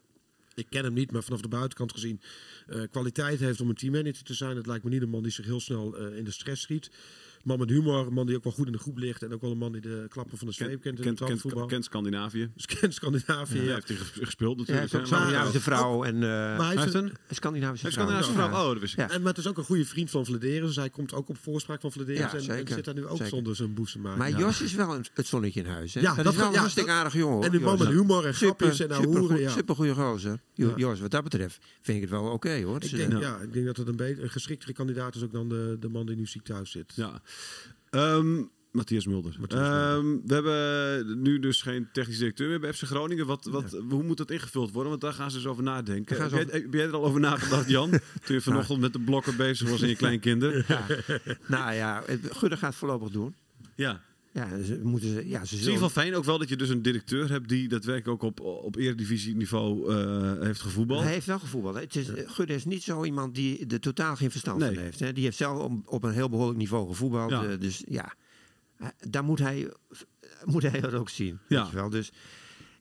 S5: ik ken hem niet, maar vanaf de buitenkant gezien, eh, kwaliteit heeft om een teammanager te zijn. Het lijkt me niet een man die zich heel snel eh, in de stress schiet. Man met humor, een man die ook wel goed in de groep ligt. En ook wel een man die de klappen van de
S3: Kent,
S5: zweep kent
S3: kent,
S5: in het
S3: kent,
S5: voetbal.
S3: kent Scandinavië.
S5: Dus kent Scandinavië.
S3: Ja.
S5: ja.
S3: Heeft hij ge- gespeeld
S2: Ja, hij
S3: natuurlijk.
S2: heeft ook
S3: hè,
S2: zo'n
S3: maar-
S2: Scandinavische
S5: maar-
S2: vrouw en. eh,
S5: Maar hij
S3: Hij
S5: heeft
S3: heeft
S5: een,
S3: een
S2: een Scandinavische
S3: heeft
S2: vrouw.
S3: Scandinavische
S2: Ja.
S3: vrouw. Oh, dat wist ik.
S2: Ja.
S5: En, maar het is ook een goede vriend van Vladeris. Dus hij komt ook op voorspraak van Vladeris.
S2: Ja,
S5: en, en
S2: zeker.
S5: zit daar nu ook
S2: Zeker.
S5: zonder zijn boezem aan.
S2: Maar
S5: Ja.
S2: Jos is wel een, het zonnetje in huis. Hè?
S5: Ja,
S2: dat,
S5: dat
S2: is wel
S5: ge-
S2: een
S5: ja,
S2: hartstikke
S5: dat-
S2: aardig jongen. hoor,
S5: en die man
S2: Jos.
S5: met humor en grapjes en nou hoeren,
S2: supergoe-
S5: ja.
S2: supergoeie gozer. Jo-
S5: Ja.
S2: Jos, wat dat betreft vind ik het wel oké hoor. Dus,
S5: Ik denk,
S2: eh,
S5: ja. ik denk dat het een, be- een geschiktere kandidaat is ook dan de, de man die nu ziek thuis zit.
S3: Ja. Ehm, Matthias Mulder. Ehm, we hebben nu dus geen technisch directeur meer bij FC Groningen. Wat, wat, Hoe moet dat ingevuld worden? Want daar gaan ze dus over nadenken.
S2: Daar gaan
S3: Heb
S2: ze
S3: jij, heb jij er al over nagedacht, Jan? Toen je vanochtend met de blokken bezig was in je kleinkinderen. Ja.
S2: Nou ja, het- Gudde gaat het voorlopig doen.
S3: ja.
S2: Ja, ze moeten ze. Ja, ze
S3: Het is in
S2: zullen.
S3: ieder geval fijn ook wel dat je dus een directeur hebt die daadwerkelijk ook op, op eredivisieniveau eh, heeft gevoetbald.
S2: Hij heeft wel gevoetbald. hè. Het is, eh, Gudde is niet zo iemand die er totaal geen verstand
S3: Nee.
S2: van heeft. Hè. Die heeft zelf op, op een heel behoorlijk niveau gevoetbald.
S3: Ja.
S2: eh, dus ja, Eh, daar moet hij, moet hij dat ook zien.
S3: Ja.
S2: Weet je wel. Dus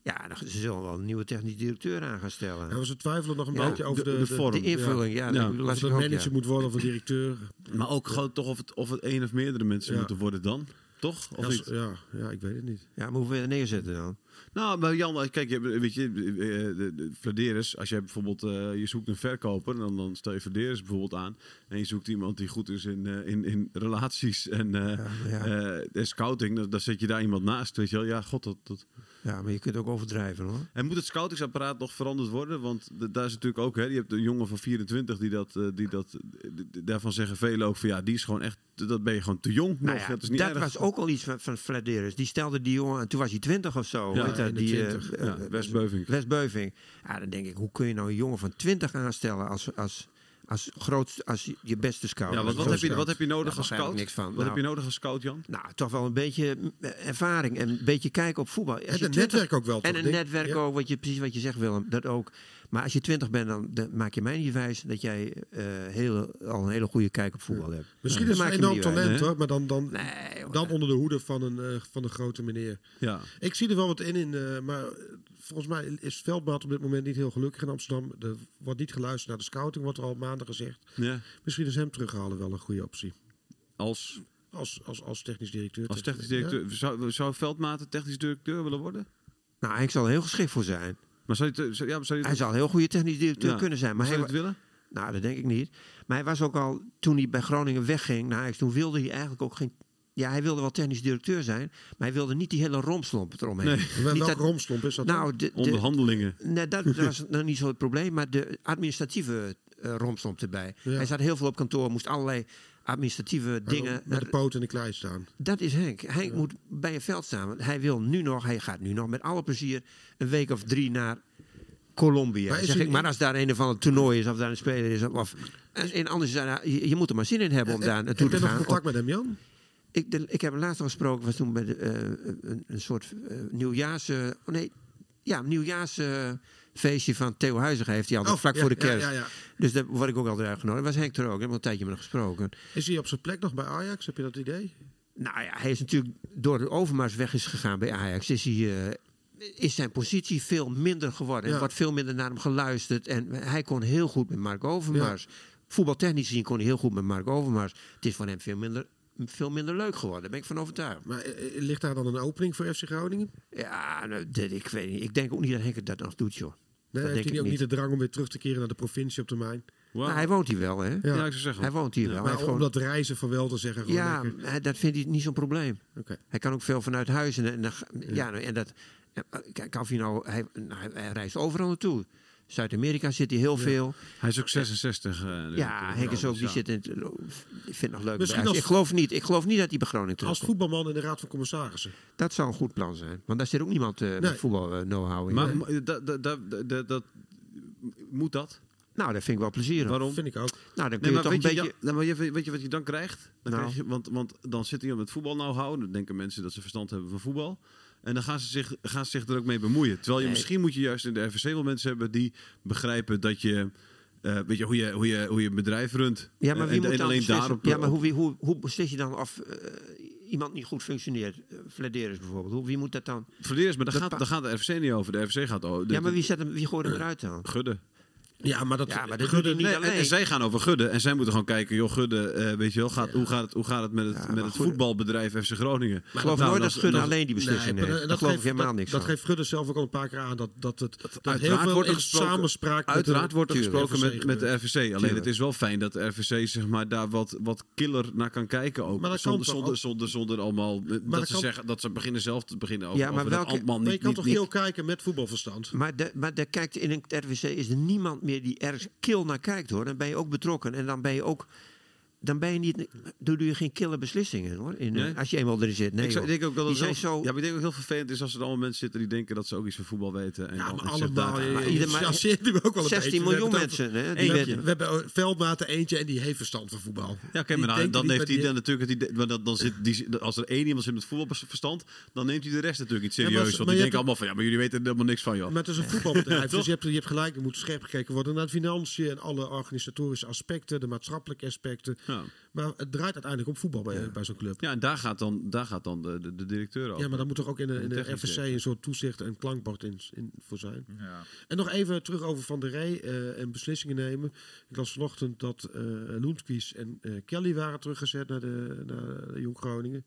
S2: ja, dan- ze zullen wel een nieuwe technisch directeur aan gaan stellen.
S5: Ja, ze twijfelen nog een
S2: Ja,
S5: beetje over
S3: de-
S5: de,
S3: de vorm.
S2: De invulling, ja.
S3: Ja,
S2: dat
S5: ja,
S2: las ik
S5: Of het
S2: ook,
S5: een manager
S2: ja.
S5: moet worden of een directeur.
S3: Maar ook gewoon toch of het, of het één of meerdere mensen
S5: Ja.
S3: moeten worden dan. Toch? Of
S5: Ja,
S3: niet?
S5: ze- ja, ja, ik weet het niet.
S2: Ja, maar hoeveel je er neerzetten dan?
S3: Nou, maar Jan, kijk, je, weet je, eh, de- de Vladeris, als je bijvoorbeeld, eh, je zoekt een verkoper, dan, dan stel je Vladeris bijvoorbeeld aan. En je zoekt iemand die goed is in, eh, in, in relaties en, eh,
S2: ja.
S3: eh, en scouting, dan, dan zet je daar iemand naast, weet je wel. Ja, god, dat, dat.
S2: Ja, maar je kunt ook overdrijven hoor.
S3: En moet het scoutingsapparaat nog veranderd worden? Want d- daar is natuurlijk ook, hè, je hebt een jongen van 24 die dat, eh, die dat, d- d- daarvan zeggen velen ook van, ja, die is gewoon echt, dat ben je gewoon te jong nog,
S2: Nou ja,
S3: dat is niet erg.
S2: was ook al iets van, van Fladeris. Die stelde die jongen, en toen was hij twintig of zo.
S3: Ja,
S2: weet dat, die, eh,
S5: 21,
S2: eh,
S3: ja, Wes Beuving.
S2: Wes Beuving. Ja, dan denk ik, hoe kun je nou een jongen van twintig aanstellen als, als, als, groot, als je beste scout?
S3: Ja,
S2: Als
S3: want wat
S2: groot
S3: heb, je,
S2: scout.
S3: wat heb je nodig
S2: Daar
S3: als
S2: begrijp ik
S3: scout?
S2: niks van.
S3: Wat
S2: Nou,
S3: heb je nodig als scout, Jan?
S2: Nou, toch wel een beetje mm, ervaring en een beetje kijken op voetbal. Als je
S5: een
S2: 20
S5: netwerk ook wel,
S2: En
S5: toch?
S2: een
S5: Denk-
S2: netwerk
S5: ja.
S2: ook, wat je, precies wat je zegt Willem, dat ook. Maar als je twintig bent, dan, dan maak je mij niet wijs dat jij eh, heel, al een hele goede kijk op voetbal hebt.
S5: Misschien
S2: Dan
S5: is het
S2: maak
S5: een
S2: je me
S5: enorm
S2: niet wijs.
S5: talent hoor, maar dan, dan,
S2: Nee, oh, hoor.
S5: dan onder de hoede van een, eh, van een grote meneer.
S3: Ja.
S5: Ik zie er wel wat in, in eh, maar volgens mij is Veldmaat op dit moment niet heel gelukkig in Amsterdam. Er wordt niet geluisterd naar de scouting, wordt er al maanden gezegd.
S3: Ja.
S5: Misschien is hem terughalen wel een goede optie.
S3: Als,
S5: Als, als, als technisch directeur.
S3: als technisch directeur. Zou, zou Veldmaat een technisch directeur willen worden?
S2: Nou, hij zal er heel geschikt voor zijn.
S3: Maar zou je, het- zou, ja, maar zou je
S2: Hij zal een heel goede technisch directeur
S3: ja.
S2: kunnen zijn. Maar
S3: zou
S2: hij,
S3: je het willen?
S2: nou, dat denk ik niet. Maar hij was ook al, toen hij bij Groningen wegging naar Ajax, toen wilde hij eigenlijk ook geen... Ja, hij wilde wel technisch directeur zijn, maar hij wilde niet die hele romslomp eromheen.
S3: Nee.
S5: Wel,
S2: Niet
S5: welke
S2: dat-
S5: romslomp is dat? dan?
S2: Nou, de, de,
S3: Onderhandelingen.
S2: Nee, dat was nog niet zo het probleem, maar de administratieve eh, rompslomp erbij.
S5: Ja.
S2: Hij zat heel veel op kantoor, moest allerlei administratieve dingen. eh,
S5: Met de poot en de klei staan.
S2: Dat is Henk. Henk moet bij een veld staan. Want hij wil nu nog, hij gaat nu nog met alle plezier een week of drie naar Colombia.
S5: Maar
S2: Maar,
S5: is
S2: zeg
S5: hij-
S2: ik, maar als daar een of ander toernooi is, of daar een speler is, of- of en en anders, is daar- je, je moet er maar zin in hebben
S5: Eh,
S2: om daar naartoe
S5: Ik
S2: te
S5: ben nog in
S2: gaan.
S5: contact met hem, Jan.
S2: Ik, de- ik heb hem laatst al gesproken, was toen bij de, eh, een, een soort eh, nieuwjaars... eh, oh nee, ja, nieuwjaarsfeestje feestje van Theo Huizinga heeft hij altijd
S5: Oh,
S2: vlak
S5: ja,
S2: voor de
S5: ja,
S2: kerst.
S5: ja, ja.
S2: Dus daar word ik ook altijd uitgenodigd. Was Henk er ook, ik heb al een tijdje met hem gesproken.
S5: Is hij op zijn plek nog bij Ajax? Heb je dat idee?
S2: Nou ja, hij is natuurlijk door de overmars weg is gegaan bij Ajax. Is, hij, eh, is zijn positie veel minder geworden.
S5: Ja.
S2: Er wordt veel minder naar hem geluisterd. En hij kon heel goed met Mark Overmars. Voetbaltechnisch gezien kon hij heel goed met Mark Overmars. Het is voor hem veel minder, veel minder leuk geworden. Daar ben ik van overtuigd.
S5: Maar eh, eh, ligt daar dan een opening voor FC Groningen?
S2: Ja, nou, dit- ik weet niet. Ik denk ook niet dat Henk het dat nog doet, joh.
S5: Nee,
S2: dat
S5: heeft
S2: denk
S5: hij
S2: ik
S5: ook
S2: niet.
S5: niet de drang om weer terug te keren naar de provincie op termijn?
S3: Wauw.
S2: Nou, hij woont hier wel, hè?
S3: ja, ik zou zeggen.
S2: Hij woont hier wel. Hij
S5: maar
S2: heeft
S5: om
S2: gewoon-
S5: dat reizen van wel te zeggen. Gewoon
S2: ja,
S5: lekker.
S2: hij- dat vindt hij niet zo'n probleem.
S5: Oké.
S2: Hij kan ook veel vanuit huis. En, en, dan ga- ja. nou, en dat. ja, Kijk, of hij nou. Hij, nou, hij- hij reist overal naartoe. Zuid-Amerika zit hij heel veel.
S3: Hij is ook 66. eh, nu
S2: Ja,
S3: natuurlijk.
S2: Henk is ook. Die
S3: Ja.
S2: zit in. het- eh, Ik vind het nog leuk. bij
S5: Misschien
S2: Ajax.
S5: als-
S2: ik, geloof niet, ik geloof niet dat hij bij Groningen
S5: Als
S2: terugkomt.
S5: voetbalman in de Raad van Commissarissen.
S2: Dat zou een goed plan zijn. Want daar zit ook niemand eh
S5: Nee.
S2: met voetbal eh, know-how in.
S3: Maar maar, dat- dat- dat- dat- dat- dat- moet dat?
S2: nou, dat vind ik wel plezierig.
S3: Waarom?
S5: Vind ik ook.
S2: Nou, dan kun
S3: Nee,
S2: je
S3: maar
S2: toch een
S3: weet je,
S2: beetje.
S3: dan- nou, maar je- weet je wat je dan krijgt? Dan
S2: Nou.
S3: krijg je, want, want dan zit iemand met voetbal nou houden. Dan denken mensen dat ze verstand hebben van voetbal. En dan gaan ze zich, gaan ze zich er ook mee bemoeien. Terwijl je misschien moet je juist in de RVC wel mensen hebben die begrijpen dat je... eh, weet je hoe, je, hoe je hoe je bedrijf runt.
S2: Ja, maar
S3: Eh,
S2: wie
S3: en,
S2: moet
S3: en
S2: dan
S3: alleen
S2: beslissen-
S3: daarop... eh,
S2: Ja, maar hoe, wie- hoe, hoe beslis je dan of eh, iemand niet goed functioneert? Uh, bijvoorbeeld. Hoe, wie moet dat dan?
S3: Verdedigers, maar daar
S2: Dat
S3: gaat,
S2: pa-
S3: daar gaat de RVC niet over. De RVC gaat... Oh, de-
S2: Ja, maar wie, zet hem, wie gooit hem eruit dan?
S3: Gudde.
S5: Ja, maar dat, eh,
S2: Ja, maar dat
S5: Gudde-
S2: doet hij niet
S5: nee,
S3: En- En,
S2: alleen.
S3: zij gaan over Gudde. En zij moeten gewoon kijken, joh, Gudde, eh, weet je wel, gaat, hoe, gaat het, hoe gaat het met het,
S2: Ja,
S3: met
S2: maar
S3: het
S2: goed.
S3: voetbalbedrijf FC Groningen? Nou,
S2: Ik geloof nooit dat Gudde alleen die
S5: Nee,
S2: beslissing
S5: maar, eh,
S2: neemt. Daar geloof ik
S5: geeft-
S2: helemaal
S5: dat-
S2: niks
S5: Dat
S2: van.
S5: geeft Gudde zelf ook al een paar keer aan. Dat, dat, het, dat, heel
S3: Uiteraard
S5: veel
S3: wordt er
S5: in
S3: gesproken-
S5: samenspraak met de-
S3: Uiteraard wordt er
S5: tuurlijk,
S3: gesproken met,
S5: RVC
S3: met de
S2: eh,
S5: gebeurt.
S3: RVC. Alleen
S2: Tuurlijk.
S3: het is wel fijn dat de RVC zeg maar, daar wat, wat killer naar kan kijken. Ook.
S5: Maar dat
S3: zonder,
S5: kan toch
S3: zonder, zonder,
S5: ook?
S3: zonder allemaal. eh, dat,
S5: dat
S3: ze
S5: kan-
S3: zeggen, dat ze beginnen zelf te beginnen over,
S2: Ja, maar
S3: over dat
S2: welke-
S3: Altman
S5: Maar je
S3: niet-
S5: kan
S3: niet-
S5: toch
S3: niet-
S5: heel kijken met voetbalverstand?
S2: Maar, de, maar de kijkt in een RWC is er niemand meer die ergens kil naar kijkt hoor. Dan ben je ook betrokken en dan ben je ook. Dan ben je niet. Doe doe je geen kille beslissingen hoor. In, eh,
S3: Nee.
S2: Als je eenmaal erin zit. Nee,
S3: ik zou-
S2: joh.
S3: denk ook wel
S2: die
S3: dat
S2: zijn
S3: het heel,
S2: zo.
S3: ja, maar ik denk ook heel vervelend is als er allemaal mensen zitten die denken dat ze ook iets van voetbal weten. En
S5: Ja,
S3: dan
S5: maar
S3: ik zeg
S5: allemaal.
S3: daar-
S5: je-
S2: maar
S5: je-
S2: ieder
S5: je
S2: maar-
S5: chargeert nu ook wel een
S2: 16
S5: beetje. We
S2: miljoen
S5: hebben het
S2: mensen,
S5: over-
S2: hè, die
S5: We
S2: weten-
S5: hebben- we hebben eh, veldmaten eentje en die heeft verstand van voetbal.
S3: Ja, oké, maar
S5: Die
S3: nou, dan,
S5: denkt
S3: dan
S5: niet
S3: heeft
S5: dat
S3: hij
S5: die-
S3: dan natuurlijk het idee, want dan, dan zit die, als er één iemand zit met voetbalverstand, dan neemt hij de rest natuurlijk niet
S5: Ja, maar
S3: serieus.
S5: als-
S3: want
S5: maar
S3: die denken
S5: je hebt-
S3: allemaal van, ja, maar jullie weten er helemaal niks van, joh.
S5: Maar het is een voetbalbedrijf,
S3: Toch?
S5: dus je hebt, je hebt gelijk, er moet scherp gekeken worden naar de financiën en alle organisatorische aspecten, de maatschappelijke aspecten.
S3: Ja.
S5: Maar het draait uiteindelijk om voetbal bij, bij zo'n club.
S3: Ja, en daar gaat dan, daar gaat dan de, de, de directeur over.
S5: Ja, maar dan moet er ook in de, in de
S3: technisch
S5: RVC een soort toezicht en klankbord in, in voor zijn. En nog even terug over Van der Rey eh, en beslissingen nemen. Ik las vanochtend dat eh Loentquiz en eh, Kelly waren teruggezet naar de, naar de Jong Groningen.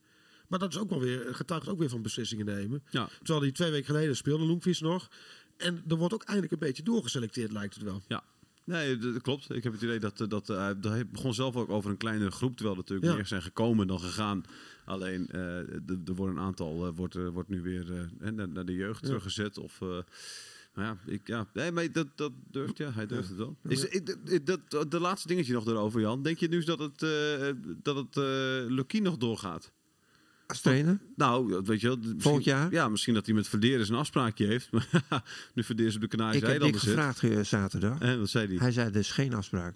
S5: Maar dat is ook wel weer, getuigt ook weer van beslissingen nemen.
S3: Ja.
S5: Terwijl die twee weken geleden speelde Loentquiz nog. En er wordt ook eindelijk een beetje doorgeselecteerd, lijkt het wel.
S3: Ja. Nee, dat dat klopt. Ik heb het idee dat, eh, dat eh, hij- hij begon zelf ook over een kleinere groep, terwijl er natuurlijk
S5: Ja.
S3: meer zijn gekomen dan gegaan. Alleen, eh, d- er wordt een aantal, eh, wordt, eh, wordt nu weer eh, hè, naar, naar de jeugd teruggezet of... eh, maar ja, ik, ja. Nee, maar dat, dat durft, ja, hij durft het wel. Is, eh, d- eh, dat, dat- de laatste dingetje nog erover, Jan. Denk je nu dat het, eh dat het eh Lucky nog doorgaat?
S2: Als trainer?
S3: Nou, dat weet je wel. d- misschien-
S2: jaar?
S3: Ja, misschien dat hij met Verderes een afspraakje heeft. Maar nu Verderes op de Canarische
S2: Ik heb Dick
S3: eilanden zit.
S2: gevraagd eh, zaterdag.
S3: En wat zei hij?
S2: Hij zei: er is geen afspraak.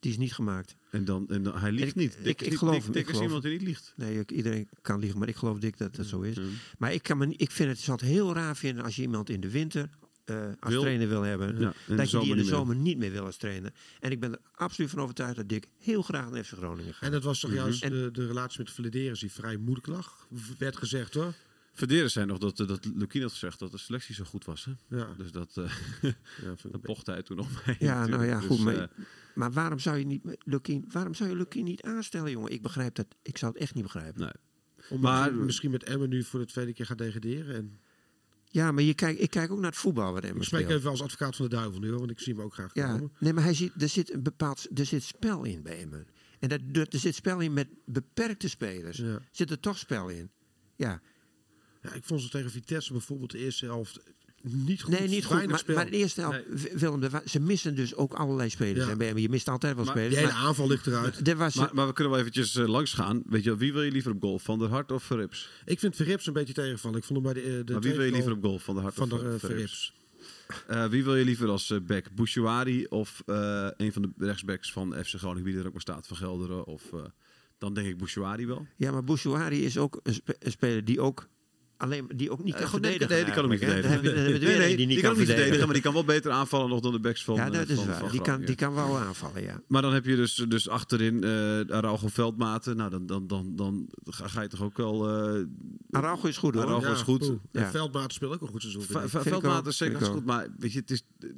S2: Die is niet gemaakt.
S3: En dan, en dan, hij liegt
S2: Ik-
S3: niet.
S2: ik-
S3: Dick-
S2: ik
S3: Dick-
S2: geloof
S3: Dick-
S2: hem,
S3: Dick
S2: ik
S3: is
S2: geloof
S3: iemand die niet liegt.
S2: Nee, ik- iedereen kan liegen, maar ik geloof dik dat dat zo is.
S3: Mm-hmm.
S2: Maar ik, kan me, niet- ik vind het, zal het heel raar vinden als je iemand in de winter eh, als
S3: Wil.
S2: trainer wil hebben.
S3: Ja, in de
S2: dat je
S3: zomer
S2: die in de
S3: niet meer.
S2: zomer niet meer wil als trainer. En ik ben er absoluut van overtuigd dat Dick heel graag naar FC Groningen gaat.
S5: En dat was toch juist
S2: En-
S5: de, de relatie met Valederis die vrij moeilijk lag, w- werd gezegd hoor.
S3: Verderes zei nog dat, eh, dat Lukien had gezegd dat de selectie zo goed was. Hè?
S5: Ja.
S3: Dus dat, eh
S5: Ja, vind ik
S3: dat pochte hij toen nog mee.
S2: Ja, nou
S3: natuurlijk.
S2: ja,
S3: Dus,
S2: goed. maar,
S3: eh,
S2: maar waarom zou je niet Lukien, waarom zou je Lukien niet aanstellen, jongen? Ik begrijp dat. Ik zou het echt niet begrijpen.
S3: nee.
S5: Omdat
S3: Maar-
S5: hij misschien met Emmen nu voor de tweede keer gaat degraderen. En
S2: Ja, maar je kijkt, ik kijk ook naar het voetbal wat Emma
S5: ik spreek
S2: speelt.
S5: even als advocaat van de duivel nu, hoor, want ik zie hem ook graag
S2: Ja,
S5: komen.
S2: nee, maar hij ziet, er zit een bepaald er zit spel in bij Emmen. En dat, dat- er zit spel in met beperkte spelers.
S5: Ja.
S2: Zit er toch spel in? Ja.
S5: Ja, ik vond ze tegen Vitesse bijvoorbeeld de eerste helft niet goed.
S2: Nee, niet goed.
S5: Weinig
S2: Maar,
S5: spel.
S2: maar de eerste helft, W- Willem, de Wa- ze missen dus ook allerlei spelers.
S5: Ja.
S2: En bij hem, je mist altijd wel
S3: Maar nou,
S5: die
S2: spelers.
S5: hele
S2: maar
S5: aanval ligt eruit.
S2: er was,
S3: Maar, maar we kunnen wel eventjes eh, langs gaan. Weet je, wel, wie wil je liever op goal? Van der Hart of Verrips?
S5: Ik vind Verrips een beetje tegenvallen. Ik vond hem bij de, eh, de
S3: Maar wie
S5: tweede
S3: wil je
S5: goal
S3: liever op goal? Van der Hart
S5: van
S3: of
S5: de eh,
S3: Verrips?
S5: Verrips.
S3: Eh, wie wil je liever als eh, back? Bouchouari of eh, een van de rechtsbacks van FC Groningen, wie er ook maar staat, Van Gelderen? Of, eh, dan denk ik Bouchouari wel.
S2: ja, maar Bouchouari is ook een, spe- een speler die ook, alleen, die ook niet kan
S3: Eh, nee,
S2: verdedigen.
S3: nee, die kan hem niet
S2: eigenlijk, hè.
S3: verdedigen.
S2: Dan heb je- dan heb je weer een die niet kan
S3: hem niet
S2: verdedigen.
S3: verdedigen, maar die kan wel beter aanvallen nog dan de backs van
S2: Ja,
S3: eh,
S2: dat is
S3: van-
S2: waar.
S3: van
S2: Die kan,
S3: Groningen.
S2: die kan wel aanvallen, ja.
S3: Maar dan heb je dus, dus achterin eh Araujo Veldmaten. Nou, dan, dan, dan, dan ga, ga je toch ook wel... eh,
S2: Araujo is goed, hoor.
S3: Araujo is goed.
S5: poeh. En
S2: Ja.
S5: Veldmaat speelt ook een goed seizoen. vind
S3: Va-
S5: ik.
S3: va-
S2: Vind ik
S3: Veldmaten
S2: wel.
S3: is zeker
S2: Vind ik
S3: goed, maar weet je, het is... eh,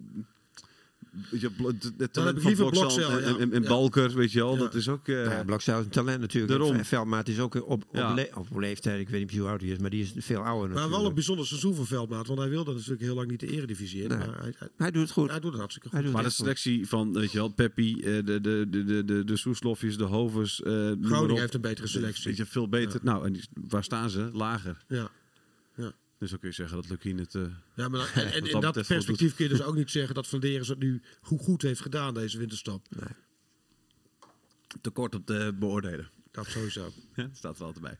S3: Weet je, blo- het- het talent
S5: ik
S3: van
S5: liever
S3: Blokzand
S5: Blokzal,
S3: en, en,
S5: ja.
S3: en
S5: Ja.
S3: Balker, weet je wel,
S5: Ja.
S3: dat is ook... eh,
S2: Nou ja, Blokzijl is een talent natuurlijk.
S3: daarom.
S2: En Veldmaat is ook op, op,
S3: Ja.
S2: le- op leeftijd, ik weet niet precies hoe oud hij is, maar die is veel ouder
S5: Maar
S2: natuurlijk.
S5: wel een bijzonder seizoen voor Veldmaat. Want hij wilde natuurlijk heel lang niet de eredivisie in.
S2: Nee.
S5: Maar hij, hij,
S2: Hij doet het goed.
S5: hij doet het hartstikke
S2: Hij
S5: goed.
S2: doet
S3: Maar de
S2: het echt goed.
S3: selectie van, weet je wel, Peppi, eh, de, de, de, de, de, de Soeslofjes, de Hovers. eh, noem maar op.
S5: Groningen heeft een betere
S3: Weet
S5: selectie.
S3: je, veel beter. Nou, en die- waar staan ze? Lager.
S5: Ja.
S3: Dus dan kun je zeggen dat Lukien het... eh,
S5: Ja, maar dan- en, en
S3: dat
S5: in dat
S3: betreft wel
S5: perspectief kun je dus ook niet zeggen dat Van Deers het nu goed, goed heeft gedaan deze winterstap.
S3: tekort op te beoordelen.
S5: Dat sowieso.
S3: Ja, dat staat er altijd bij.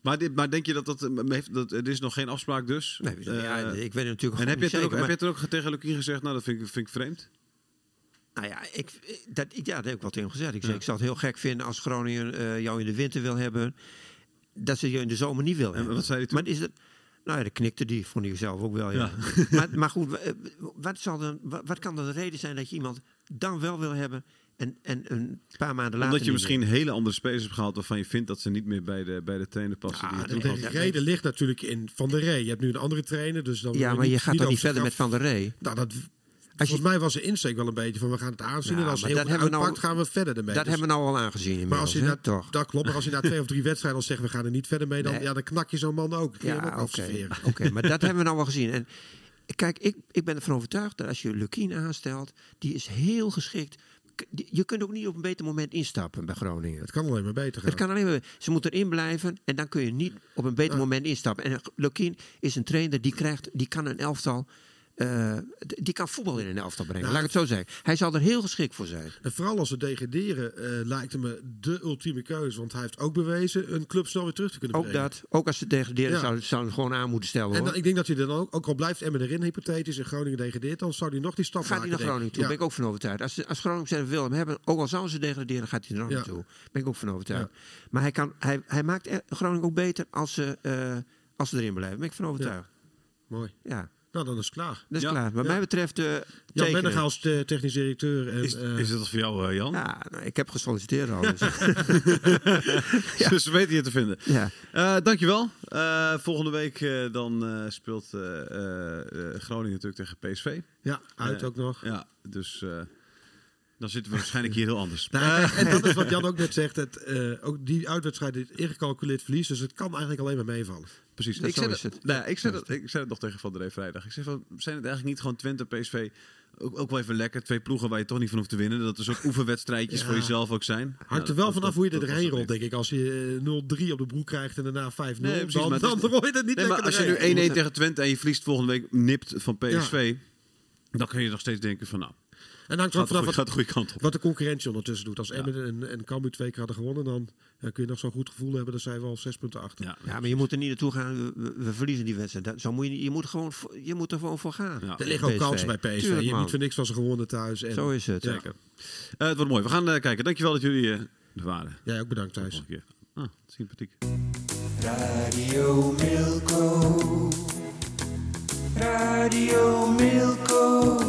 S3: Maar, dit, maar denk je dat dat, eh, m- heeft, dat... Er is nog geen afspraak dus?
S2: Nee, ja,
S3: Eh,
S2: ik weet het natuurlijk
S3: en
S2: gewoon
S3: heb je,
S2: niet
S3: het
S2: zeker,
S3: er ook, heb je
S2: maar-
S3: het er ook tegen Lukien gezegd? Nou, dat vind ik, vind ik vreemd.
S2: Nou ja, ik, dat, ik, ja, dat heb ik wel tegen hem gezegd. Ik, zei, ik zou het heel gek vinden als Groningen eh, jou in de winter wil hebben. Dat ze jou in de zomer niet wil hebben.
S3: wat zei hij toen?
S2: Maar is het, nou ja, dat knikte die, vond hij zelf ook wel. Ja. maar, maar goed, eh, wat, zal dan, wat, wat kan dan de reden zijn dat je iemand dan wel wil hebben en, en een paar maanden later
S3: Omdat je
S2: niet meer?
S3: misschien hele andere spelers hebt gehaald... waarvan je vindt dat ze niet meer bij de, bij de trainer passen. die je
S2: dat
S3: toen
S2: denk
S3: had.
S2: ik.
S5: De reden ligt natuurlijk in Van der Rey. Je hebt nu een andere trainer, dus dan...
S2: Ja, maar je gaat toch
S5: dan
S2: niet verder met Van der Rey?
S5: Nou, dat... Volgens mij was de insteek wel een beetje van we gaan het aanzien
S2: Ja,
S5: en als het
S2: maar
S5: heel
S2: dat
S5: goed
S2: hebben we nou-
S5: uitpakt gaan we verder ermee.
S2: Dat
S5: Dus-
S2: hebben we nou al aangezien
S5: maar als
S2: inmiddels,
S5: je
S2: hè,
S5: na,
S2: toch?
S5: dat klopt, maar als je na twee of drie wedstrijden al zegt we gaan er niet verder mee, dan,
S2: Nee.
S5: ja, dan knak je zo'n man ook. Dan kun je hem ook
S2: Ja, oké.
S5: afserveren.
S2: Oké, maar dat hebben we nou al gezien. En kijk, ik, ik ben ervan overtuigd dat als je Lukien aanstelt, die is heel geschikt. K- die- Je kunt ook niet op een beter moment instappen bij Groningen.
S5: Het kan alleen maar beter gaan.
S2: Het kan alleen maar, ze moeten erin blijven en dan kun je niet op een beter moment instappen. En Lukien is een trainer die krijgt, die kan een elftal, eh, d- die kan voetbal in een elftal brengen. laat ik het zo zeggen. Hij zal er heel geschikt voor zijn.
S5: En vooral als ze degraderen eh, lijkt het me de ultieme keuze. Want hij heeft ook bewezen een club snel weer terug te kunnen
S2: Ook
S5: brengen.
S2: dat, ook als ze degraderen,
S5: Ja.
S2: zou, zou hem gewoon aan moeten stellen.
S5: En
S2: hoor.
S5: dan, ik denk dat hij dan ook, ook al blijft Emmen erin hypothetisch en Groningen degradeert, dan zou hij nog die stap
S2: Gaat hij
S5: maken.
S2: naar
S5: denk
S2: Groningen toe?
S5: Ja.
S2: Ben ik ook van overtuigd. Als, als Groningen zelf wil hem hebben, ook al zouden ze degraderen, gaat hij er nog
S5: Ja.
S2: naartoe. Ben ik ook van overtuigd. Maar hij, kan, hij, hij maakt eh, Groningen ook beter als ze, eh, als ze erin blijven. Ben ik van overtuigd.
S5: Mooi.
S2: Ja,
S5: Nou, dan is het klaar.
S2: dat is
S3: Ja.
S2: klaar. Wat
S5: Ja.
S2: mij betreft. eh
S5: Jan
S2: tekenen.
S5: Bennegaal als eh, technisch directeur. En,
S3: Is,
S5: eh,
S3: is dat voor jou, eh, Jan?
S2: Ja, nou, ik heb gesolliciteerd al. dus-
S3: Dus ze weten je te vinden.
S2: ja.
S3: Eh, dankjewel. Eh, volgende week eh, dan eh, speelt eh, eh, eh, Groningen natuurlijk tegen PSV.
S5: ja, uit
S3: Eh,
S5: ook nog.
S3: Ja, dus eh, dan zitten we waarschijnlijk hier heel anders.
S5: Nou, en- en dat is wat Jan ook net zegt. Het, eh, ook die uitwedstrijd is ingecalculeerd verlies. Dus het kan eigenlijk alleen maar meevallen.
S3: Precies.
S2: Ik
S3: Zo
S2: zei
S3: is
S2: dat-
S3: Nou, ja, ik, zei dat, ik zei dat nog tegen Van der Rey vrijdag. Ik zei van, zijn het eigenlijk niet gewoon Twente en PSV ook, ook wel even lekker? Twee ploegen waar je toch niet van hoeft te winnen. Dat er soort oefenwedstrijdjes
S5: Ja.
S3: voor jezelf ook zijn.
S5: Hangt er wel vanaf hoe je er doorheen rolt, denk ik. Als je eh, 0-3 op de broek krijgt en daarna 5-0,
S3: Nee, precies,
S5: dan,
S3: maar het
S5: dan
S3: is-
S5: gooi je het niet
S3: Nee, maar
S5: lekker
S3: als je nu 1-1
S5: doorheen.
S3: tegen Twente en je verliest volgende week nipt van PSV... Dan kun je nog steeds denken van nou,
S5: En hangt er
S3: gaat
S5: ook
S3: de
S5: vanaf
S3: goede,
S5: wat
S3: gaat de goede kant op.
S5: Wat de concurrentie ondertussen doet. Als Emmen en, en Cambuur twee keer hadden gewonnen, dan ja, kun je nog zo'n goed gevoel hebben. Dan zijn we al zes punten achter.
S3: Ja.
S2: ja, maar je moet er niet naartoe gaan. We, we- we verliezen die wedstrijd. Dat, zo moet je, niet- je, moet gewoon, voor- je moet er gewoon voor gaan.
S3: Ja.
S5: Er liggen ook
S2: PSV.
S5: kansen bij PSV.
S2: Tuurlijk,
S5: je hebt
S2: man.
S5: niet voor niks van ze gewonnen thuis. En,
S2: Zo is het.
S5: Ja.
S3: Zeker. Eh, het wordt mooi. We gaan eh, kijken. Dankjewel dat jullie eh, er waren.
S5: Jij ook bedankt thuis.
S3: Volgende keer. Ah, sympathiek.
S4: Radio Milko. Radio Milko.